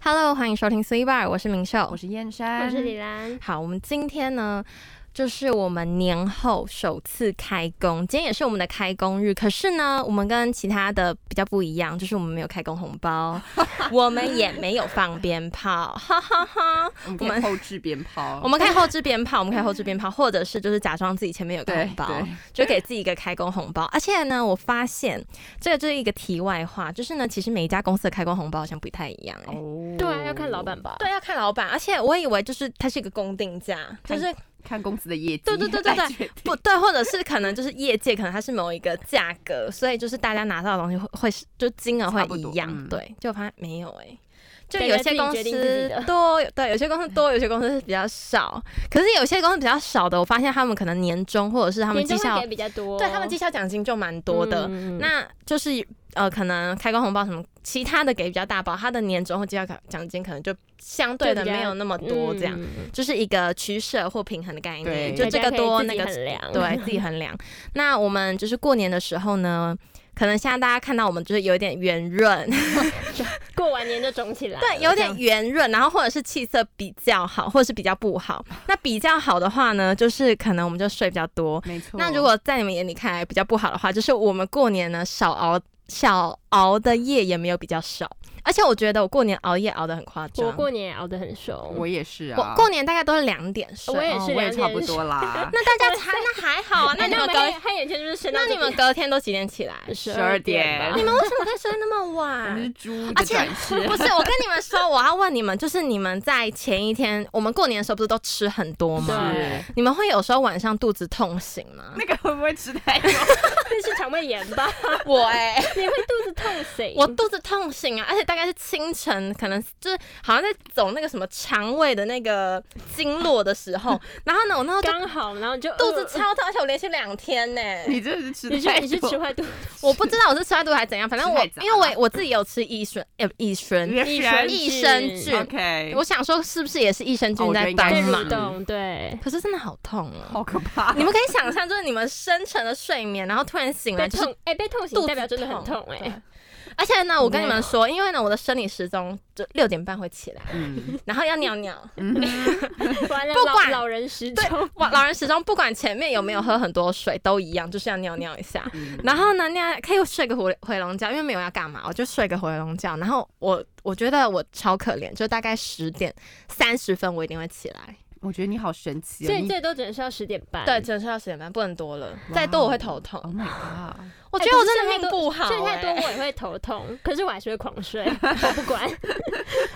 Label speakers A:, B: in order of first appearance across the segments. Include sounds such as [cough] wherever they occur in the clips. A: Hello，欢迎收听 C Bar，我是明秀，
B: 我是燕山，
C: 我是李兰。
A: 好，我们今天呢，就是我们年后首次开工，今天也是我们的开工日。可是呢，我们跟其他的比较不一样，就是我们没有开工红
B: [laughs]
A: 包，我们也没有放鞭炮，哈哈哈。
B: 我们后置鞭炮，
A: 我们可以后置鞭炮，我们可以后置鞭炮，或者是就是假装自己前面有个
B: 对
A: 红包，
B: 对
A: 就给自己一个开工红包。而且呢，我发现这个就是一个题外话，就是呢，其实每一家公司的开工红包好像不太一样、欸。
B: 哦
C: 对啊，要看老，板吧。
A: 对，要看老板，而且我以为就是它是一个公定价，就
B: 看
A: 是
B: 看公司的业绩，
A: 对
B: 哎
A: 对对对对
B: 来
C: [laughs]
B: 决定
A: 不对，或者是可能就是业界可能它是某一个价格，所以就是大家拿到的东西会会是就金额会
B: 差不
A: 一
B: 多
A: 样，
B: 嗯
A: 对，就发现没有哎、就
C: 感
A: 有
C: 觉自
A: 些
C: 己
A: 公
C: 决定自己
A: 司
C: 的
A: 多，有对，有些公司多，有些公司是比较少。可是有些公司比较少的，我发现他们可能年终或者是他们
C: 年
A: 绩
C: 终
A: 效
C: 会给，比较多，
A: 对他们绩效奖金就蛮多的。
C: 嗯
A: 那就是呃，可能开工红包什么，其他的给比较大包，他的年终或绩效奖奖金可能就相对
C: 就
A: 的
C: 比较
A: 没有那么多这样。，
C: 嗯
A: 就是一个取舍或平衡的概念，
B: 对
A: 就这个多那个
C: 大家可以自己衡量
A: 对自己衡 [laughs] 量。那我们就是过年的时候呢，可能现在大家看到我们就是有点圆润，
C: [laughs] 过完年就肿起
A: [laughs]
C: 来了，
A: 对，有
C: 这
A: 点
C: 样
A: 啊圆润，然后或者是气色比较好，或者是比较不好。 [laughs] 那比较好的话呢，就是可能我们就睡比较多。
B: 没错。
A: 那如果在你们眼里看来比较不好的话，就是我们过年呢少熬少熬的夜也没有比较少，而且我觉得我过年熬夜熬得很夸张，
C: 我过年也熬得很熟，
B: 我也是
A: 我
B: 啊，
A: 过年大概都是两点睡，，
C: 我也
B: 哦
C: 是
B: 我也
C: 两
B: 差不
C: 点
B: 多啦
C: [laughs]
A: 那大家才那还好 [laughs] 啊，那
C: 哎
A: 你
C: 那
A: 们
C: 我
A: 隔
C: 们黑黑眼圈就是伸到
A: 那
C: 这
A: 你
C: 边，
A: 们隔天都几点起来？
C: 十
B: 12
C: 点吧，
B: 点
A: 你们为什么可以睡那么
B: 我们是
A: 晚？
B: 猪
A: 而
B: 的
A: 且
B: 转
C: [laughs]
B: 世，
A: 不是，我跟 [laughs] 你们说，我要问你们，就是你们在前一天，我们过年的时候不是都吃很多吗？
C: 对
A: 你们会有时候晚上肚子痛醒吗？
B: 那个会不会吃太多？
C: 那是肠胃炎吧？
A: [laughs]
C: [laughs]
A: 我哎、
C: 你会肚子痛醒？
A: [laughs] 我肚子痛醒啊，而且大概是清晨，可能就是好像在走那个什么肠胃的那个经络的时候，然后呢，我那时候就
C: 刚好，然后就
A: 肚子
C: 呃
A: 超痛，而且我连续两天呢、
B: 你真的是吃
C: 你
B: 太多，
C: 是你是吃坏肚子，
A: 我不知道我是吃太多还是怎样，反正我
B: 吃太杂
A: 因为我我自己有吃益生，呃，益生
B: 你的
A: 益
C: 益
A: 生
C: 生
A: 菌
C: 菌，
B: OK，
A: 我想说是不是也是益生菌
B: 哦
A: 在
B: 我觉得
A: 帮
C: 被
B: 应该
C: 蠕
A: 忙
B: 是？
C: 动，对，
A: 可是真的好痛哦！
B: [laughs] 好可怕，
A: 你们可以想象，就是你们深沉的睡眠，然后突然醒来，
C: 被
A: 啊就是
C: 痛，哎，被痛
A: 肚
C: 醒
A: 子
C: 代表真的很
A: 痛
C: 痛，哎，
A: 而且呢，我跟你们说，因为呢，我的生理时钟就六点半会起来，
B: 嗯，
A: 然后要尿尿。
C: 完了
A: 不
C: 老
A: 管
C: 老人时
A: 对
C: 钟，，
A: 哇，老人时钟不管前面有没有喝很多水，都一样，就是要尿尿一下。
B: 嗯
A: 然后呢，那可以睡个回回笼觉，因为没有要干嘛，我就睡个回笼觉。然后我我觉得我超可怜，就大概十点三十分我一定会起来。
B: 我觉得你好神奇哦，
C: 最
B: 你
C: 最多只能睡到十点
B: 嗯
C: 半，
A: 对，只能睡到十点半，不能多了，
B: 哇
A: 再多我会头痛。
B: ，Oh my god，
A: 我觉
C: 哎
A: 得
C: 可
A: 我
C: 是
A: 真
C: 睡
A: 的
C: 太
A: 命
C: 多
A: 不好、
C: 睡太多
A: 欸，
C: 我也会头痛，可是我还是会狂睡，我不
A: [laughs]
C: 管。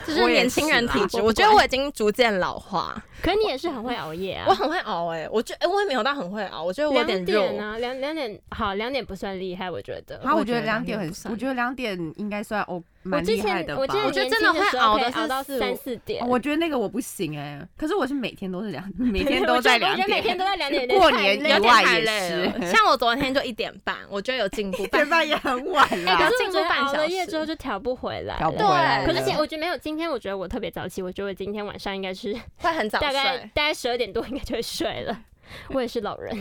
A: 就是
B: 我也
A: 年轻人
B: 是啦
A: 体质。
C: 我
A: 我
C: 不
A: 觉得
C: 管
A: 我已经逐渐老化，
C: 可你也是很会熬夜啊
A: [laughs] 我。很会熬哎、我觉哎、我也没有到很会熬，我觉得我有
C: 两
A: 点
C: 点
A: 弱。
C: 啊，两两点好，两点不算厉害，我觉得。
B: 然
A: 我
B: 后啊我觉
A: 觉
B: 得
A: 得
B: 两点
A: 两点
B: 很
A: 不，算
B: 我觉得两点应该算哦，
C: 我
B: 蛮
C: 之
B: 厉害
C: 前
B: 的吧。
C: 我之前
A: 我觉得
C: 年轻
A: 真的会
C: 时候
A: 熬
C: 可以
A: 的是
C: 熬到
A: 四五
C: 三四点
B: 哦，我觉得那个我不行哎、可是我是每天都是两，每天都
C: 我觉得
B: 在
C: 我
B: 两
C: 觉得每天
B: 点，
C: 都在两点，有点
B: 过
C: 太
B: 年
C: 累
A: 有
B: 以
A: 点
B: 外
A: 太
B: 也
A: 累了，
B: 是，
A: 像我昨天就一点半，我觉得有 [laughs] 进步，
B: 对
A: 半
B: 半也很晚
A: 哎
B: 啦。
C: 可
A: 啊
C: 是我
A: 进
C: 觉
A: 步
C: 得
A: 半
C: 熬
A: 小
C: 了夜
A: 时
C: 之后就调不回来
B: 调不
C: 了。
B: 回来
A: 对
C: 可
B: 了，
C: 是现我觉得没有今天，我觉得我特别早起，我觉得我今天晚上应该是
A: 会很早
C: 大概
A: 睡。
C: 大概十二点多应该就会睡了。我也是老人，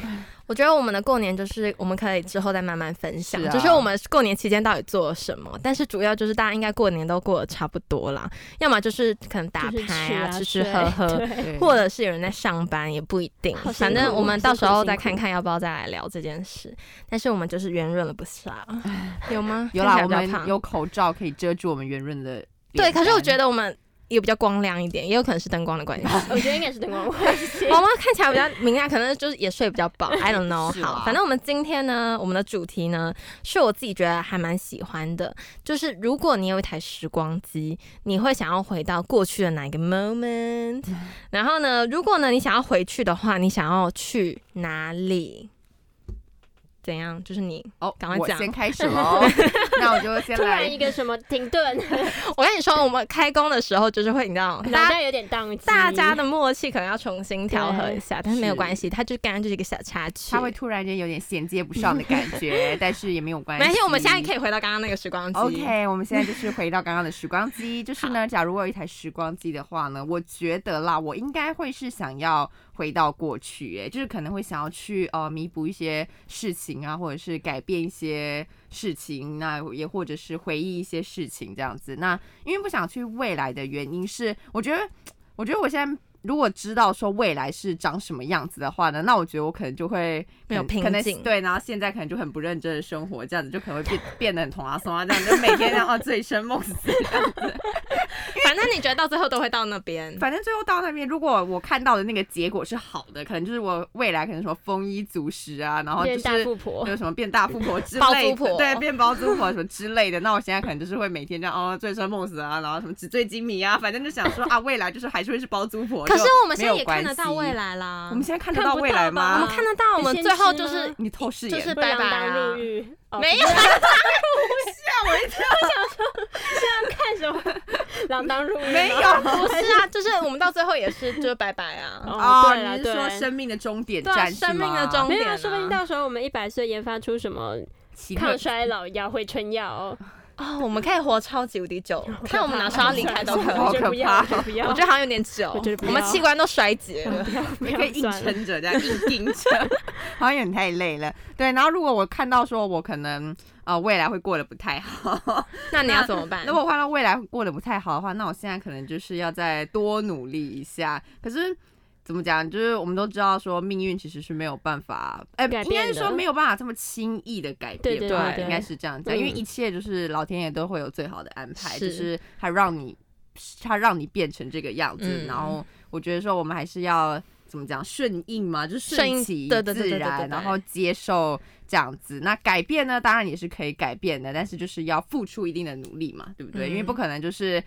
A: 我觉得我们的过年就是我们可以之后再慢慢分享，
B: 是啊
A: 就是我们过年期间到底做了什么。但是主要就是大家应该过年都过得差不多啦，要么就是可能打
C: 就是
A: 牌
C: 吃
A: 啊、
C: 啊
A: 吃吃
C: 睡
A: 喝 [laughs] 喝，
C: 对
B: 对
A: 或者是有人在上班，也不一定
C: 好。辛
A: 反正
C: 苦
A: 我们到时候再
C: 辛苦辛
A: 看
C: 苦
A: 看要不要再来聊这件事。但是我们就是啊圆润了不少，有吗？
B: 有啦，
A: 看
B: 我
A: 起来比较
B: 们
A: 胖
B: 有口罩可以遮住我们圆润的。
A: [laughs] 对，可是我觉
B: 得，
A: 得我们也比较光亮一点，也有可能是灯光的关系。
C: 我觉得应该是灯光
A: [laughs]
C: 关系。
A: 我们看起来比较明亮，可能就是也睡比较饱，I don't know
B: 是。啦
A: 好，反正我们今天呢，我们的主题呢，是我自己觉得还蛮喜欢的，就是如果你有一台时光机，你会想要回到过去的哪一个 moment？然后呢，如果呢你想要回去的话，你想要去哪里？怎样？就是你，
B: 哦，
A: 赶快
B: 我
A: 讲
B: 先
A: [laughs]
B: 开始喽。那我就先
C: 突然
B: 来
C: 一，个什么停顿，
A: 我跟你说，我们开工的时候就是会，你知道，
C: 脑
A: 大家
C: 袋有点宕机。
A: 大家的默契可能要重新调和一下，但是没有
B: 是
A: 关系，它就刚刚就是一个小插曲。
B: 他会突然间有点衔接不上的感
A: [laughs]
B: 觉，但是也没有关
A: 没
B: 系。
A: 关系，我们现在可以回到刚刚那个时光机。
B: OK，我们现在就是回到刚刚的时光机，就是呢，假如我有一台时光机的话呢，我觉得啦，我应该会是想要回到过去、哎，就是可能会想要去呃弥补一些事情啊，或者是改变一些事情，那也或者是回忆一些事情这样子。那因为不想去未来的原因是，我觉得，我觉得我现在。如果知道说未来是长什么样子的话呢，那我觉得我可能就会
A: 没有
B: 可能
A: 瓶
B: 可能
A: 颈
B: 对，然后现在可能就很不认真的生活，这样子就可能会变 [laughs] 变得很童啊松啊，这样 [laughs] 就每天然后醉生梦死这样子。
A: 反正你觉得到最后都会到那
B: [laughs]
A: 边。
B: [laughs] 反正最后到那边，如果我看到的那个结果是好的，可能就是我未来可能什么丰衣足食啊，然后就
C: 变大
B: 是
C: 富婆
B: 有，什么变大富婆之类的，
A: 包租婆
B: 对，变包租婆什么之类的。那我现在可能就是会每天这样哦醉生梦死啊，然后什么纸醉金迷啊，反正就想说啊，未来就是还是会是包租婆。
A: 可是
B: 就
A: 我们现在
B: 没有
A: 也看得
B: 关系
A: 到未，来啊啦，
B: 我们现在看得
C: 看
B: 到
C: 不
B: 未
C: 到
B: 来
C: 吧
A: 我
B: 吗
A: 们？看得到，我们最后就
C: 现实
A: 是
B: [laughs]
C: 吗
B: 你透视
A: 就
B: 眼，
A: 是
C: 不
A: 拜
C: 良
A: 拜
C: 当
A: 啦
C: 入，狱，哦
A: 没有，[laughs]
C: 看什么锒铛入狱吗？
B: [laughs]
C: 哦
B: 没有
A: 不是啊，就是我们到最后也是就是拜拜
B: [laughs]
A: 啊，
C: 哦，对了
B: 你是说
C: 对，
B: 生命的终点
A: 对啊
B: 站是吗？
A: 生命的终
C: 没有
A: 点啊
C: 啊，说不定到时候我们一百岁研发出什么
B: 奇特
C: 抗衰老药、回春
A: [laughs]
C: 药哦，
A: 哦，我们可以活超级无敌久，看我们哪时候要离开都可以。
B: 好
C: 我
A: 我觉
B: 可
C: 觉
A: 得
C: 得不要，
B: 怕
C: 我觉得不要，
A: 我觉得好像有点久，
C: 我觉得不要
A: 们器官都衰竭了。
C: 不要，不
B: 你
C: 要
B: 可以硬
C: 算了
B: 撑着，这样硬
A: [laughs]
B: 盯着，好像有点太累了。对，然后如果我看到说我可能呃未来会过得不太好，
A: 那你要怎么办？
B: 如果我看到未来过得不太好的话，那我现在可能就是要再多努力一下。可是怎么讲，就是我们都知道说命运其实是没有办法，哎、
C: 改
B: 应该
C: 变
B: 是说
C: 的
B: 没有办法这么轻易的改变，
C: 对对
A: 对对
B: 应该是这样讲，
C: 嗯
B: 因为一切就是老天爷都会有最好的安排，
A: 是
B: 就是他让你他让你变成这个样子，
A: 嗯
B: 然后我觉得说我们还是要。怎么讲顺应嘛，就是
A: 顺应
B: 其
A: 对对对
B: 自
A: 对对
B: 然，
A: 对
B: 然后接受这样子。那改变呢，当然也是可以改变的，但是就是要付出一定的努力嘛，对不对？
A: 嗯
B: 因为不可能就是。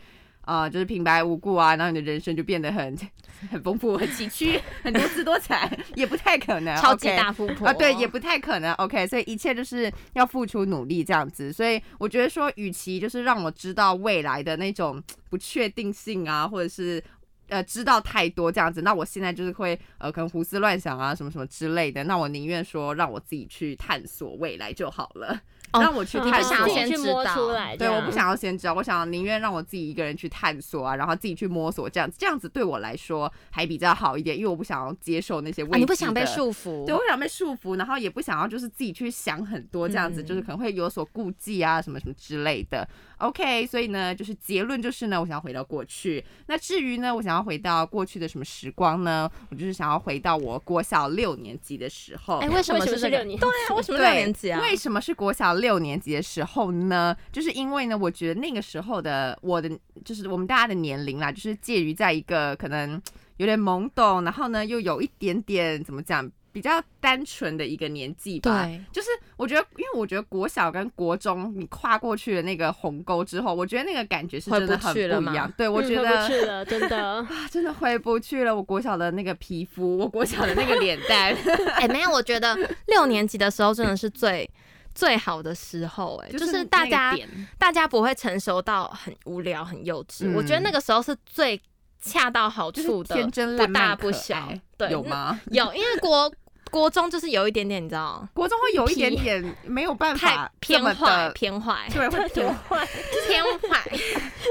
B: 呃，就是平白无故啊，然后你的人生就变得很 [laughs] 很丰富、很崎岖、 [laughs] 很多姿多彩， [laughs] 也不太可能。
A: 超级
B: OK
A: 大富婆
B: 啊，对，也不太可能。OK，所以一切就是要付出努力这样子。所以我觉得说，与其就是让我知道未来的那种不确定性啊，或者是。呃，知道太多这样子，那我现在就是会呃，可能胡思乱想啊，什么什么之类的。那我宁愿说让我自己去探索未来就好了， [laughs]
A: 哦
B: 让我去
C: 嗯
A: 你
B: 探
A: 不
B: 索。
A: 想要
C: 自己
A: 先
C: 去
A: 知
C: 摸
A: 道
C: 出来这
B: 对，
C: 样，
B: 我不想要先知道，我想宁愿让我自己一个人去探索啊，然后自己去摸索，这样子这样子对我来说还比较好一点，因为我不想要接受那些未知、
A: 啊，你不想被。束缚，
B: 对，我不想被束缚，然后也不想要就是自己去想很多这样子，
A: 嗯
B: 就是可能会有所顾忌啊，什么什么之类的。OK，所以呢，就是结论就是呢，我想要回到过去。那至于呢，我想要回到过去的什么时光呢？我就是想要回到我国小六年级的时候。
A: 哎，为什么
C: 为什
A: 这
C: 么是
A: 个
C: 六年级
A: 对啊，为什么
B: 对
A: 六年级啊？
B: 为什么是国小六年级的时候呢？就是因为呢，我觉得那个时候的我的，就是我们大家的年龄啦，就是介于在一个可能有点懵懂，然后呢又有一点点怎么讲，比较单纯的一个年纪吧。
A: 对，
B: 就是我觉得，因为我觉得国小跟国中你跨过去的那个鸿沟之后，我觉得那个感觉是真的很
A: 回不去了
B: 不一
A: 吗
B: 样。对，
C: 嗯，
B: 我觉
C: 回
B: 得、
C: 不去了，
A: [laughs]
C: 真的
B: 啊，真的回不去了。我国小的那个皮肤，我国小的那个脸
A: [laughs]
B: 蛋， [laughs]
A: 哎，没有，我觉得六年级的时候真的是最最好的时候，哎，就是大
B: 那一
A: 家
B: 点
A: 大家不会成熟到很无聊、很幼稚，
B: 嗯
A: 我觉得那个时候是最恰到好
B: 就是
A: 处的，
B: 天真
A: 不
B: 烂
A: 大
B: 漫
A: 不
B: 可
A: 小
B: 爱，
A: 对，
B: 有吗？
A: 有，因为国国中就是有一点点，你知道，
B: 国中会有一点
C: 皮
B: 点没有办
A: 太
B: 法这
A: 偏
B: 么
A: 坏，
B: 的，
A: 偏坏，
B: 对，会
C: [laughs] 多
B: 偏
C: 坏，
A: 偏坏，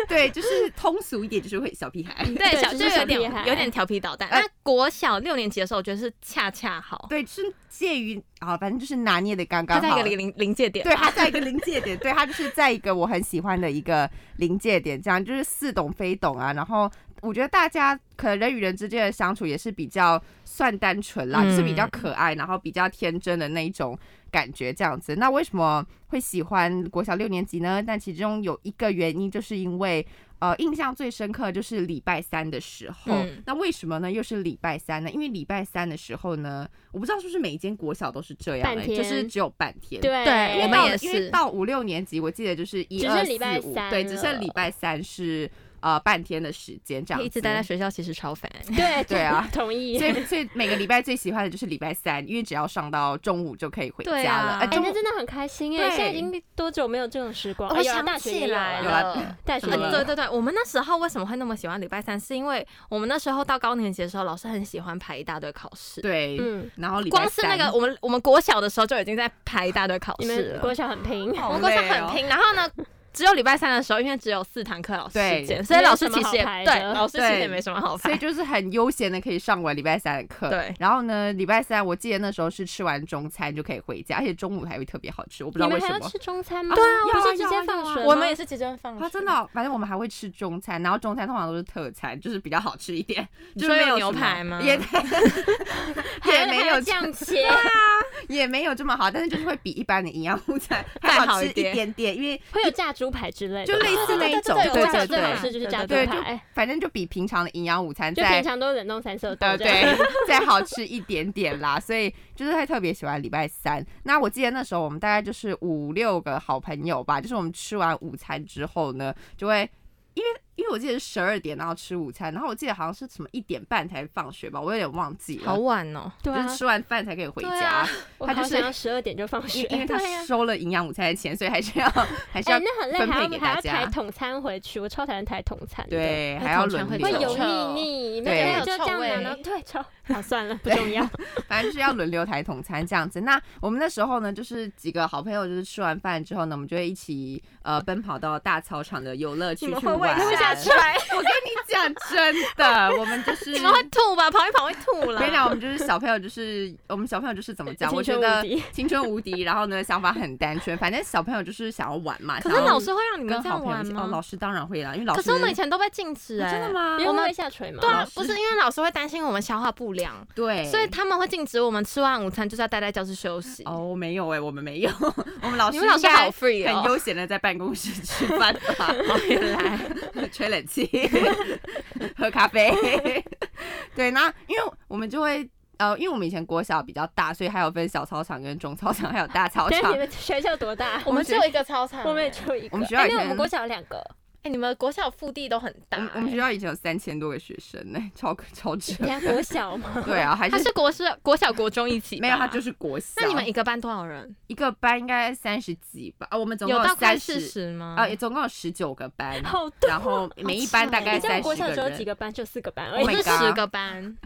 B: 对，就是通俗一点，就是会小屁孩。
A: 对，小
C: 就
A: 就是
C: 小
A: 有点
C: 屁孩
A: 有点调皮捣蛋。
B: 哎
A: 那国小六年级的时候，我觉得是恰恰好，
B: 对，就是介于啊，反正就是拿捏的刚
A: 它
B: 刚
A: 在一
B: 好
A: 个。临临临界点，
B: 对，他在一个临界点，对他就是在一个我很喜欢的一个临界点，这样就是似懂非懂啊。然后我觉得大家可能人与人之间的相处也是比较算单纯啦，
A: 嗯
B: 就是比较可爱，然后比较天真的那一种感觉这样子。那为什么会喜欢国小六年级呢？但其中有一个原因，就是因为呃，印象最深刻就是礼拜三的时候。
A: 嗯
B: 那为什么呢？又是礼拜三呢？因为礼拜三的时候呢，我不知道是不是每一间国小都是这样、
C: 半
B: 欸，就是
C: 天
B: 只有半天。
C: 对
A: 对
B: 因为
A: 我们
C: 哦
B: 到
A: 也
B: 因为
A: 是
B: 到五六年级，我记得就是一
C: 只
B: 二
C: 剩
B: 四
C: 礼拜
B: 五，
C: 三
B: 对，只剩
C: 了
B: 礼拜三是呃半天的时间这样子，
A: 一直待在学校其实超烦。
C: 对
B: 对啊
C: [laughs] 同意。
B: 所以所以每个礼拜最喜欢的就是礼拜三，因为只要上到中午就可以回
A: 对
B: 家
A: 啊
B: 了。哎
C: 哎、
B: 中
C: 那
B: 午
C: 真的很开心哎！
B: 对
C: 现在已经多久没有这种时光？哎
A: 我
C: 有啊
A: 想
C: 大学
A: 起
C: 也有啊
A: 来
B: 有
A: 了
B: 啊。
C: 大学
B: 什
C: 也
B: 么
A: 啊
C: 有
A: 对对对，我们那时候为什么会那么喜欢礼拜三？是因为我们那时候到高年级的时候，老师很喜欢排一大堆考试。
B: 对，
C: 嗯，
B: 然后礼拜
A: 光是那
B: 三
A: 个我们我们国小的时候就已经在排一大堆考
C: 你
A: 试
C: 们
A: 了。
C: 国小很拼，
B: 好
A: 我国小
B: 累哦
A: 很拼，然后呢，只有礼拜三的时候，因为只有四堂课老师
B: 对
A: 时间，所以老师其实也
C: 没有什么好排的
A: 对老师其实
B: 对
A: 也没什么好
B: 所以
A: 排。
B: 就是很悠闲的可以上完礼拜三的课。
A: 对
B: 然后呢，礼拜三我记得那时候是吃完中餐就可以回家，而且中午还会特别好吃，我不知
C: 你
B: 道为
C: 们
B: 什
C: 还要
B: 么。
C: 吃中餐吗？
B: 对啊
C: 不
B: 要啊
C: 是直
B: 要
C: 接
B: 啊
C: 放
B: 要啊
C: 学吗？
A: 我们也是直接放学
B: 啊，真的哦、反正我们还会吃中餐，然后中餐通常都是特餐，就是比较好吃
A: [laughs]
B: 一点，
A: 你
B: 就
A: 说
B: 是没
A: 有
B: 有
A: 牛
B: 什么
A: 排吗 [laughs]
B: 也也
C: 还
B: 没
C: 还
B: 有
C: 这样切，
B: [laughs] 也没有这么好，但是就是会比一般的营养午餐
A: 再
B: 还
A: 好
B: 吃
A: 一
B: 一
A: 点
B: 点点，因为
C: 会有炸猪排之类的，
B: 就类似那一种，
A: 对
B: 对
C: 我小
B: 对
C: 最好
A: 对
C: 吃就是炸猪
B: 对，就
C: 排，
B: 反正就比平常的营养午餐
C: 就平
B: 在
C: 常都冷冻三色豆
B: 呃，
C: 这样。
B: 对，
A: [laughs]
B: 再好吃一点点啦。所以就是会特别喜欢礼拜三。那我记得那时候我们大概就是五六个好朋友吧，就是我们吃完午餐之后呢，就会。因为因为我记得是十二点，然后吃午餐，然后我记得好像是什么一点半才放学吧，我有点忘记了。
A: 好晚哦。
C: 对
B: 就是吃完饭才可以回
A: 对
B: 家，
A: 啊
C: 我
B: 他就
C: 好
B: 是
C: 想要十二点就放
B: 因
C: 学。
B: 因为他
A: 对啊
B: 收了营养午餐的钱，所以还是要还是要、
C: 哎、那很累，
B: 分配
C: 还要
B: 给
C: 还
B: 大
C: 要
B: 家
C: 抬桶餐回去，我超讨厌抬桶餐的。，
B: 对，
A: 那
B: 还要
A: 通常
B: 轮
A: 会
B: 流
C: 会
A: 有
C: 油
A: 臭
C: 腻腻，你们
B: 对
C: 就这样
A: 有臭
C: 拿，
A: 味
C: 然后对，臭。好，算了，不
B: 对
C: 重要。
B: 反正就是要轮流抬桶餐这样子。那我们那时候呢，就是几个好朋友，就是吃完饭之后呢，我们就会一起呃奔跑到大操场的游乐区去玩。
A: 不下去
B: 我跟你讲，真的，我们就是
A: [laughs] 你们会吐吧？跑一跑会吐
B: 我
A: 了
B: 跟。你讲，我们就是小朋友，就是我们小朋友就是怎么讲？我觉
C: 青春无
B: 得
C: 敌
B: 青春无敌，然后呢想法很单纯，反正小朋友就是想要玩嘛。
A: 可是
B: 想要
A: 老师会让你们
B: 跟
A: 这
B: 好
A: 样
B: 朋友一
A: 玩
B: 起哦，老
A: 吗？
B: 师当然会啦，因为老师
A: 可
B: 啊
A: 是我们以前都被禁止哎。
B: 真的？吗
C: 因？为
A: 我们
C: 会下垂嘛。
A: 对啊
B: 老，师
A: 不是因为老师会担心我们消化不良，
B: 对，
A: 所以他们会禁止我们吃完午餐就是要待在教室休息。
B: 哦没有哎、我们没有， [laughs] 我们老师
A: 你们老师
B: 应该
A: 好 free
B: 很
A: 哦。
B: 悠闲的在办公室吃
A: [laughs]
B: 饭吧，
A: 原来
B: [laughs] 吹冷气，喝咖啡。 [laughs] 对，那因为我们就会呃，因为我们以前国小比较大，所以还有分小操场跟中操场，还有大
A: [laughs]
B: 操
C: 但是
B: 场
C: 你。们学校多大？
A: 我们只有一个操场，
C: 我们也只有一个。
B: 我们学校
C: 哎
B: 以
C: 没有，我
B: 前
C: 们国小有两 [laughs] 个。
A: 哎，你们国校腹地都很大
B: 我们我们学
A: 哎。
B: 校以前有三千多个学生呢、超超扯。
C: 人家国小嘛，
B: 对啊，还
A: 他
B: 是
A: 哎是国是国小国中一起吧，
B: 没有，他就是国小。
A: 那你们一个班多少人？
B: 一个班应该三十几吧？啊，我们总共
A: 有到快
B: 三
A: 四
B: 十，
A: 十吗？
B: 啊，也总共有十九个班，
C: 好多。
B: 然后每一班
A: 欸
B: 大概
C: 你知道
B: 三十
C: 我国小
B: 个
C: 只有几
B: 人，
C: 个班？就四个班而
A: 我
B: Oh。
C: 已
B: my
A: 是
B: god
A: 十个班，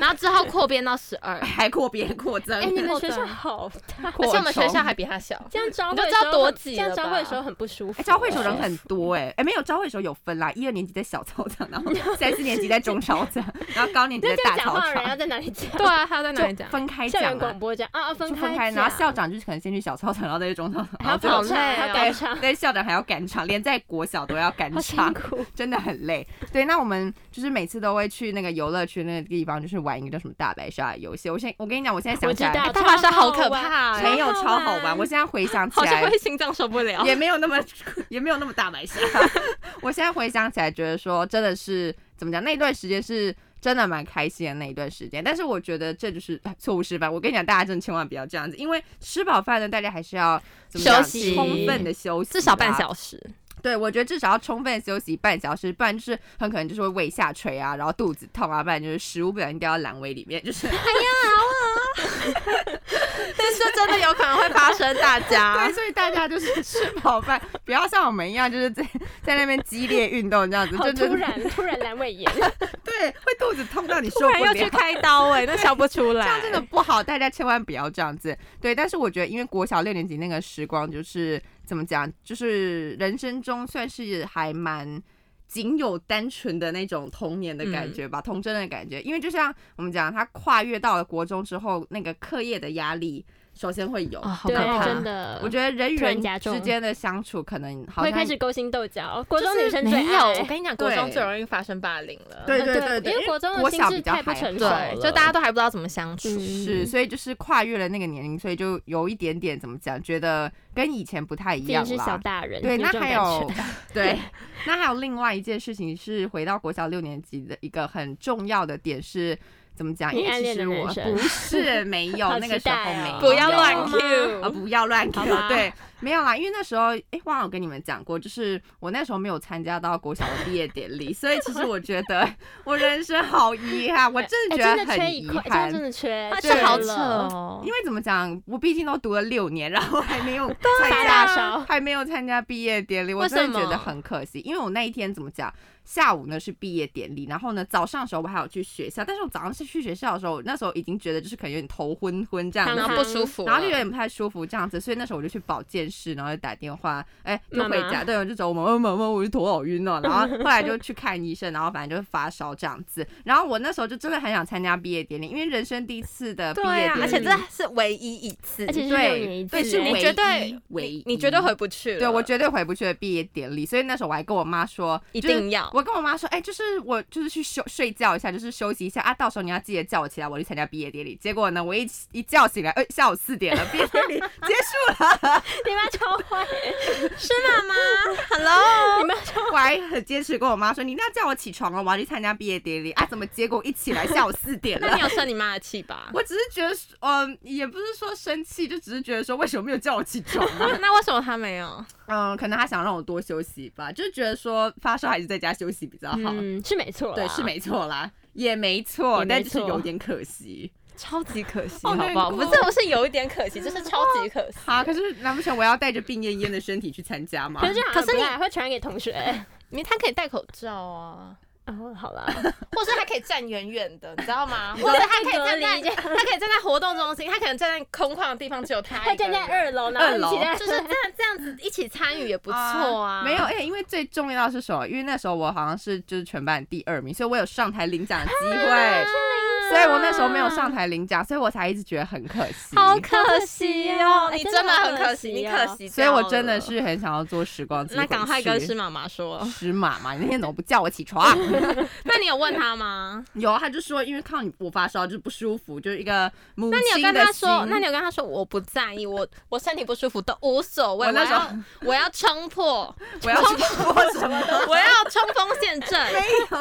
A: 然后之后扩编到十二，
B: 还扩编扩增。
C: 哎，你们
A: 好
C: 学校
A: 短
C: 好大。
A: 而
C: [laughs]
B: 扩
A: 且我们学
B: 充
A: 校还比他小。
C: 这样招
A: 你
C: 会
A: 都
C: 的
A: 知道
C: 时候
A: 多
C: 很
A: 挤
C: 这样
A: 了
C: 招会的
A: 吧
C: 时候很不舒
B: 哎、
C: 服哎。
B: 招会手人很多哎、哎、没有招会手有分啦，一二年级在小操场，
C: [laughs]
B: 然后三四年级在中操场，然后高年级在
C: 那这
B: 大
C: 样讲
B: 操
C: 话的人要
B: 场，
C: 在哪里讲？
A: 对啊，他在哪里
B: 就
A: 讲？
B: 分开
C: 校
B: 讲
C: 园
B: 啊
C: 广，播这样啊，啊分
B: 就分开，
C: 开
B: 然后
C: 讲啊
B: 校长就是可能先去小操场，然后再去中操场，
C: 还要
B: 然后最
A: 跑
B: 后
C: 跑
A: 累
C: 场，还
A: 哦
C: 要
A: 跑
C: 赶
B: [laughs]
C: 场，
B: 对校长还要赶场，连在国小都要赶
C: 好辛
B: 场，
C: 苦。
B: 真的很累。对，那我们就是每次都会去那个游乐区那个地方，就是玩一个叫什么大白鲨的游戏。我现我跟你讲，我现在想起
C: 我知
B: 来
C: 道
A: 大白鲨好
C: 超
A: 可
C: 好玩
A: 怕哎，
B: 没有
C: 超好
B: 超好玩，
C: 玩
B: 我现在回想起
A: 好像
B: 来
A: 会心脏受不
B: [laughs]
A: 了。
B: 也没有那么也没有那么大白鲨。 [laughs] 我现在回想起来，觉得说真的是怎么讲，那段时间是真的蛮开心的那一段时间。但是我觉得这就是哎错误示范。我跟你讲，大家真的千万不要这样子，因为吃饱饭呢，大家还是要怎么讲
A: 休息
B: 充分的休息，
A: 至少半。小时，
B: 对，我觉得至少要充分休息半小时，不然就是很可能就是会胃下垂啊，然后肚子痛啊，不然就是食物不小心掉到阑尾里面，就是
A: 但是真的有 [laughs] 可能会发生，大家
B: [laughs] 对，。所以大家就是吃饱饭，不要像我们一样，就是在在那边激烈运动这样子，
C: 好
B: 就
C: 突
B: 真的
C: 然，突然阑尾
B: [laughs]
C: 炎，
B: 对，会肚子痛到你
A: 突
B: 受
A: 然
B: 不
A: 要去
B: 了。
A: 开刀哎、那笑不出 [laughs] 来。
B: 这样真的不好，大家千万不要这样子。对，但是我觉得，因为国小六年级那个时光，就是怎么讲，就是人生中算是还蛮仅有单纯的那种童年的感
A: 嗯
B: 觉吧，童真的感觉。因为就像我们讲，他跨越到了国中之后，那个课业的压力首先会有。
A: 啊、好
C: 对
A: 可
B: 怕，
C: 真的
B: 我。觉得人与
C: 突然
B: 人
C: 加重
B: 之间的相处，可能好
C: 嗯会
B: 像
C: 开始勾心斗角，国
A: 就
C: 中
A: 是
C: 女生最
A: 没有，我
C: 爱。
A: 跟你讲，国中
B: 对
A: 最容易发生霸凌了。
B: 对
C: 嗯
B: 因
C: 因为
B: 为
C: 国中的
B: 国
C: 心
B: 小
C: 智
B: 比较
C: 太不
B: 还
C: 成熟了
A: 对，，就大家都还不知道怎么相处。
C: 嗯
B: 是，所以就是跨越了那个年龄，所以就有一点点怎么讲，觉得跟以前不太一
C: 自
B: 样
C: 己是小
B: 啦。
C: 大人，
B: 对，那
C: 这种
B: 还
C: 感觉 [laughs]
B: 有 [laughs] 对，那还有另外一件事情是，回到国小六年级的一个很重要的点是，怎么讲？
C: 你
B: 因
C: 暗
B: 为其
C: 恋的
B: 实
C: 男
B: 我
C: 生
B: 不是没有
C: [laughs] 好
B: 那个
C: 期
B: 时候
C: 待
B: 没
C: 哦
B: 有，
A: 不要乱
C: 有
A: Q
B: 啊，不要乱 Q，
C: 好吧
B: 对，没有啦，因为那时候，哎、忘了跟你们讲过，就是我那时候没有参加到国小的毕业典礼，所以其实我觉得 [laughs] 我人生好遗憾，我真的
C: 哎
B: 觉得
C: 真的缺
B: 很
C: 一
B: 遗
C: 块，这
B: 憾
C: 样。真的缺，
A: 啊，
B: 对
A: 这好
C: 缺
A: 扯
C: 了
A: 哦
B: 因。为怎么讲，我毕竟都读了六年，然后还没有参
C: 发
B: 加
C: 大招。
B: [laughs] 还没有参加毕业典礼，我
A: 为
B: 真
A: 什
B: 的觉得
A: 么
B: 很可惜。因为我那一天怎么讲，下午呢是毕业典礼，然后呢早上的时候我还有去学校，但是我早上是去学校的时候，我那时候已经觉得就是可能有点头昏昏这样
C: 当
B: 子
A: 然
C: 然。
A: 后不舒服了，
B: 然后就有点不太舒服这样子，所以那时候我就去保健事，然后就打电话，哎、就
C: 妈
B: 回
C: 妈
B: 家，对，我就找我妈妈，妈妈，我就头好晕哦、
A: [laughs]
B: 然后后来就去看医生，然后反正就是发烧这样子。然后我那时候就真的很想参加毕业典礼，因为人生第一次的毕业
A: 对
B: 典
A: 啊，
B: 礼，
A: 而且这是唯一一次，
C: 而且是六年
B: 对
C: 一次
B: 对是
C: 欸
B: 唯
A: 你
B: 一
A: 绝对
B: 唯一
A: 你你绝对回不去了，
B: 对我绝对回不去的毕业典礼，所以那时候我还跟我妈说，
A: 一
B: 就是
A: 定要
B: 我跟我妈说，哎、就是我就是去休睡觉一下，就是休息一下啊，到时候你要记得叫我起来，我去参加毕业典礼。结果呢，我一一觉醒来，哎、下午四点了， [laughs] 毕业典礼结束
C: 你妈超 [laughs] 坏，
A: 是妈妈 [laughs] ，Hello，
C: 你妈
B: 了，我还很坚持跟我妈说，你一定要叫我起床了，我要去参加毕业典礼啊。怎么结果一起来下午四
A: [laughs]
B: 点
A: 那
B: 了
A: 你？有生你妈的气吧？
B: 我只是觉得，嗯、也不是说生气，就只是觉得说，为什么没有叫我起床啊、
A: [laughs] 那为什么她没有？
B: 嗯，可能他想让我多休息吧，就是觉得说发烧还是在家休息比较好。
C: 嗯，是没错啦，
B: 对，是没错啦，也没错，
C: 也没
B: 但就是
C: 错
B: 有点可惜。
A: 超级可惜，好
B: 好
A: 不好？
B: 难
A: 哦不
B: 过
A: 是，这不是有一点可惜，就是超级可惜。
B: 好，可是难不成我要带着病恹恹的身体去参加吗
C: 可？是这样好像
A: 可是
C: 不
A: 你
C: 太会传染给同学，
A: 你她可以戴口罩啊，
C: 哦，好啦，
A: 或是她可以站远远 [laughs] 的，你知道吗？
C: 知道
A: 或者她可以
C: 隔
A: 站
C: 离这
A: 在她可以站在活动中心，她可能站在空旷的地方，只有她
C: [laughs] 他
A: 一个
C: 站
A: 人
C: 在二楼，然后一起在
A: 就是这样这样子一起参与也不错啊。
B: 没有，哎、因为最重要的是什么？因为那时候我好像是就是全班第二名，所以我有上台领奖的机会，
A: 啊
B: 所以我那时候没有上台领奖，所以我才一直觉得很可惜。
A: 好可惜哦，
C: 哎
A: 你
C: 真
A: 真
C: 的
A: 的
C: 好
A: 很可
C: 可
A: 惜，
C: 惜
A: 你
C: 哦
A: 可惜，
B: 所以我真的。是很想要做时光机回
A: 那
B: 去。
A: 赶快跟施妈妈说，
B: 石马嘛，你那天怎么不叫我起床？ [laughs]
A: [laughs] 那你有问他吗？
B: 有啊，他就说因为靠你我发烧就是不舒服，就是一个母
A: 那
B: 亲
A: 你有
B: 的
A: 跟他说？
B: 心
A: 那你有跟他说我不在意，我我身体不舒服都无所谓，我
B: 我那时候
A: 要我要冲
B: [laughs]
A: 破，
B: 我要去说什么？
A: 我要冲锋陷阵，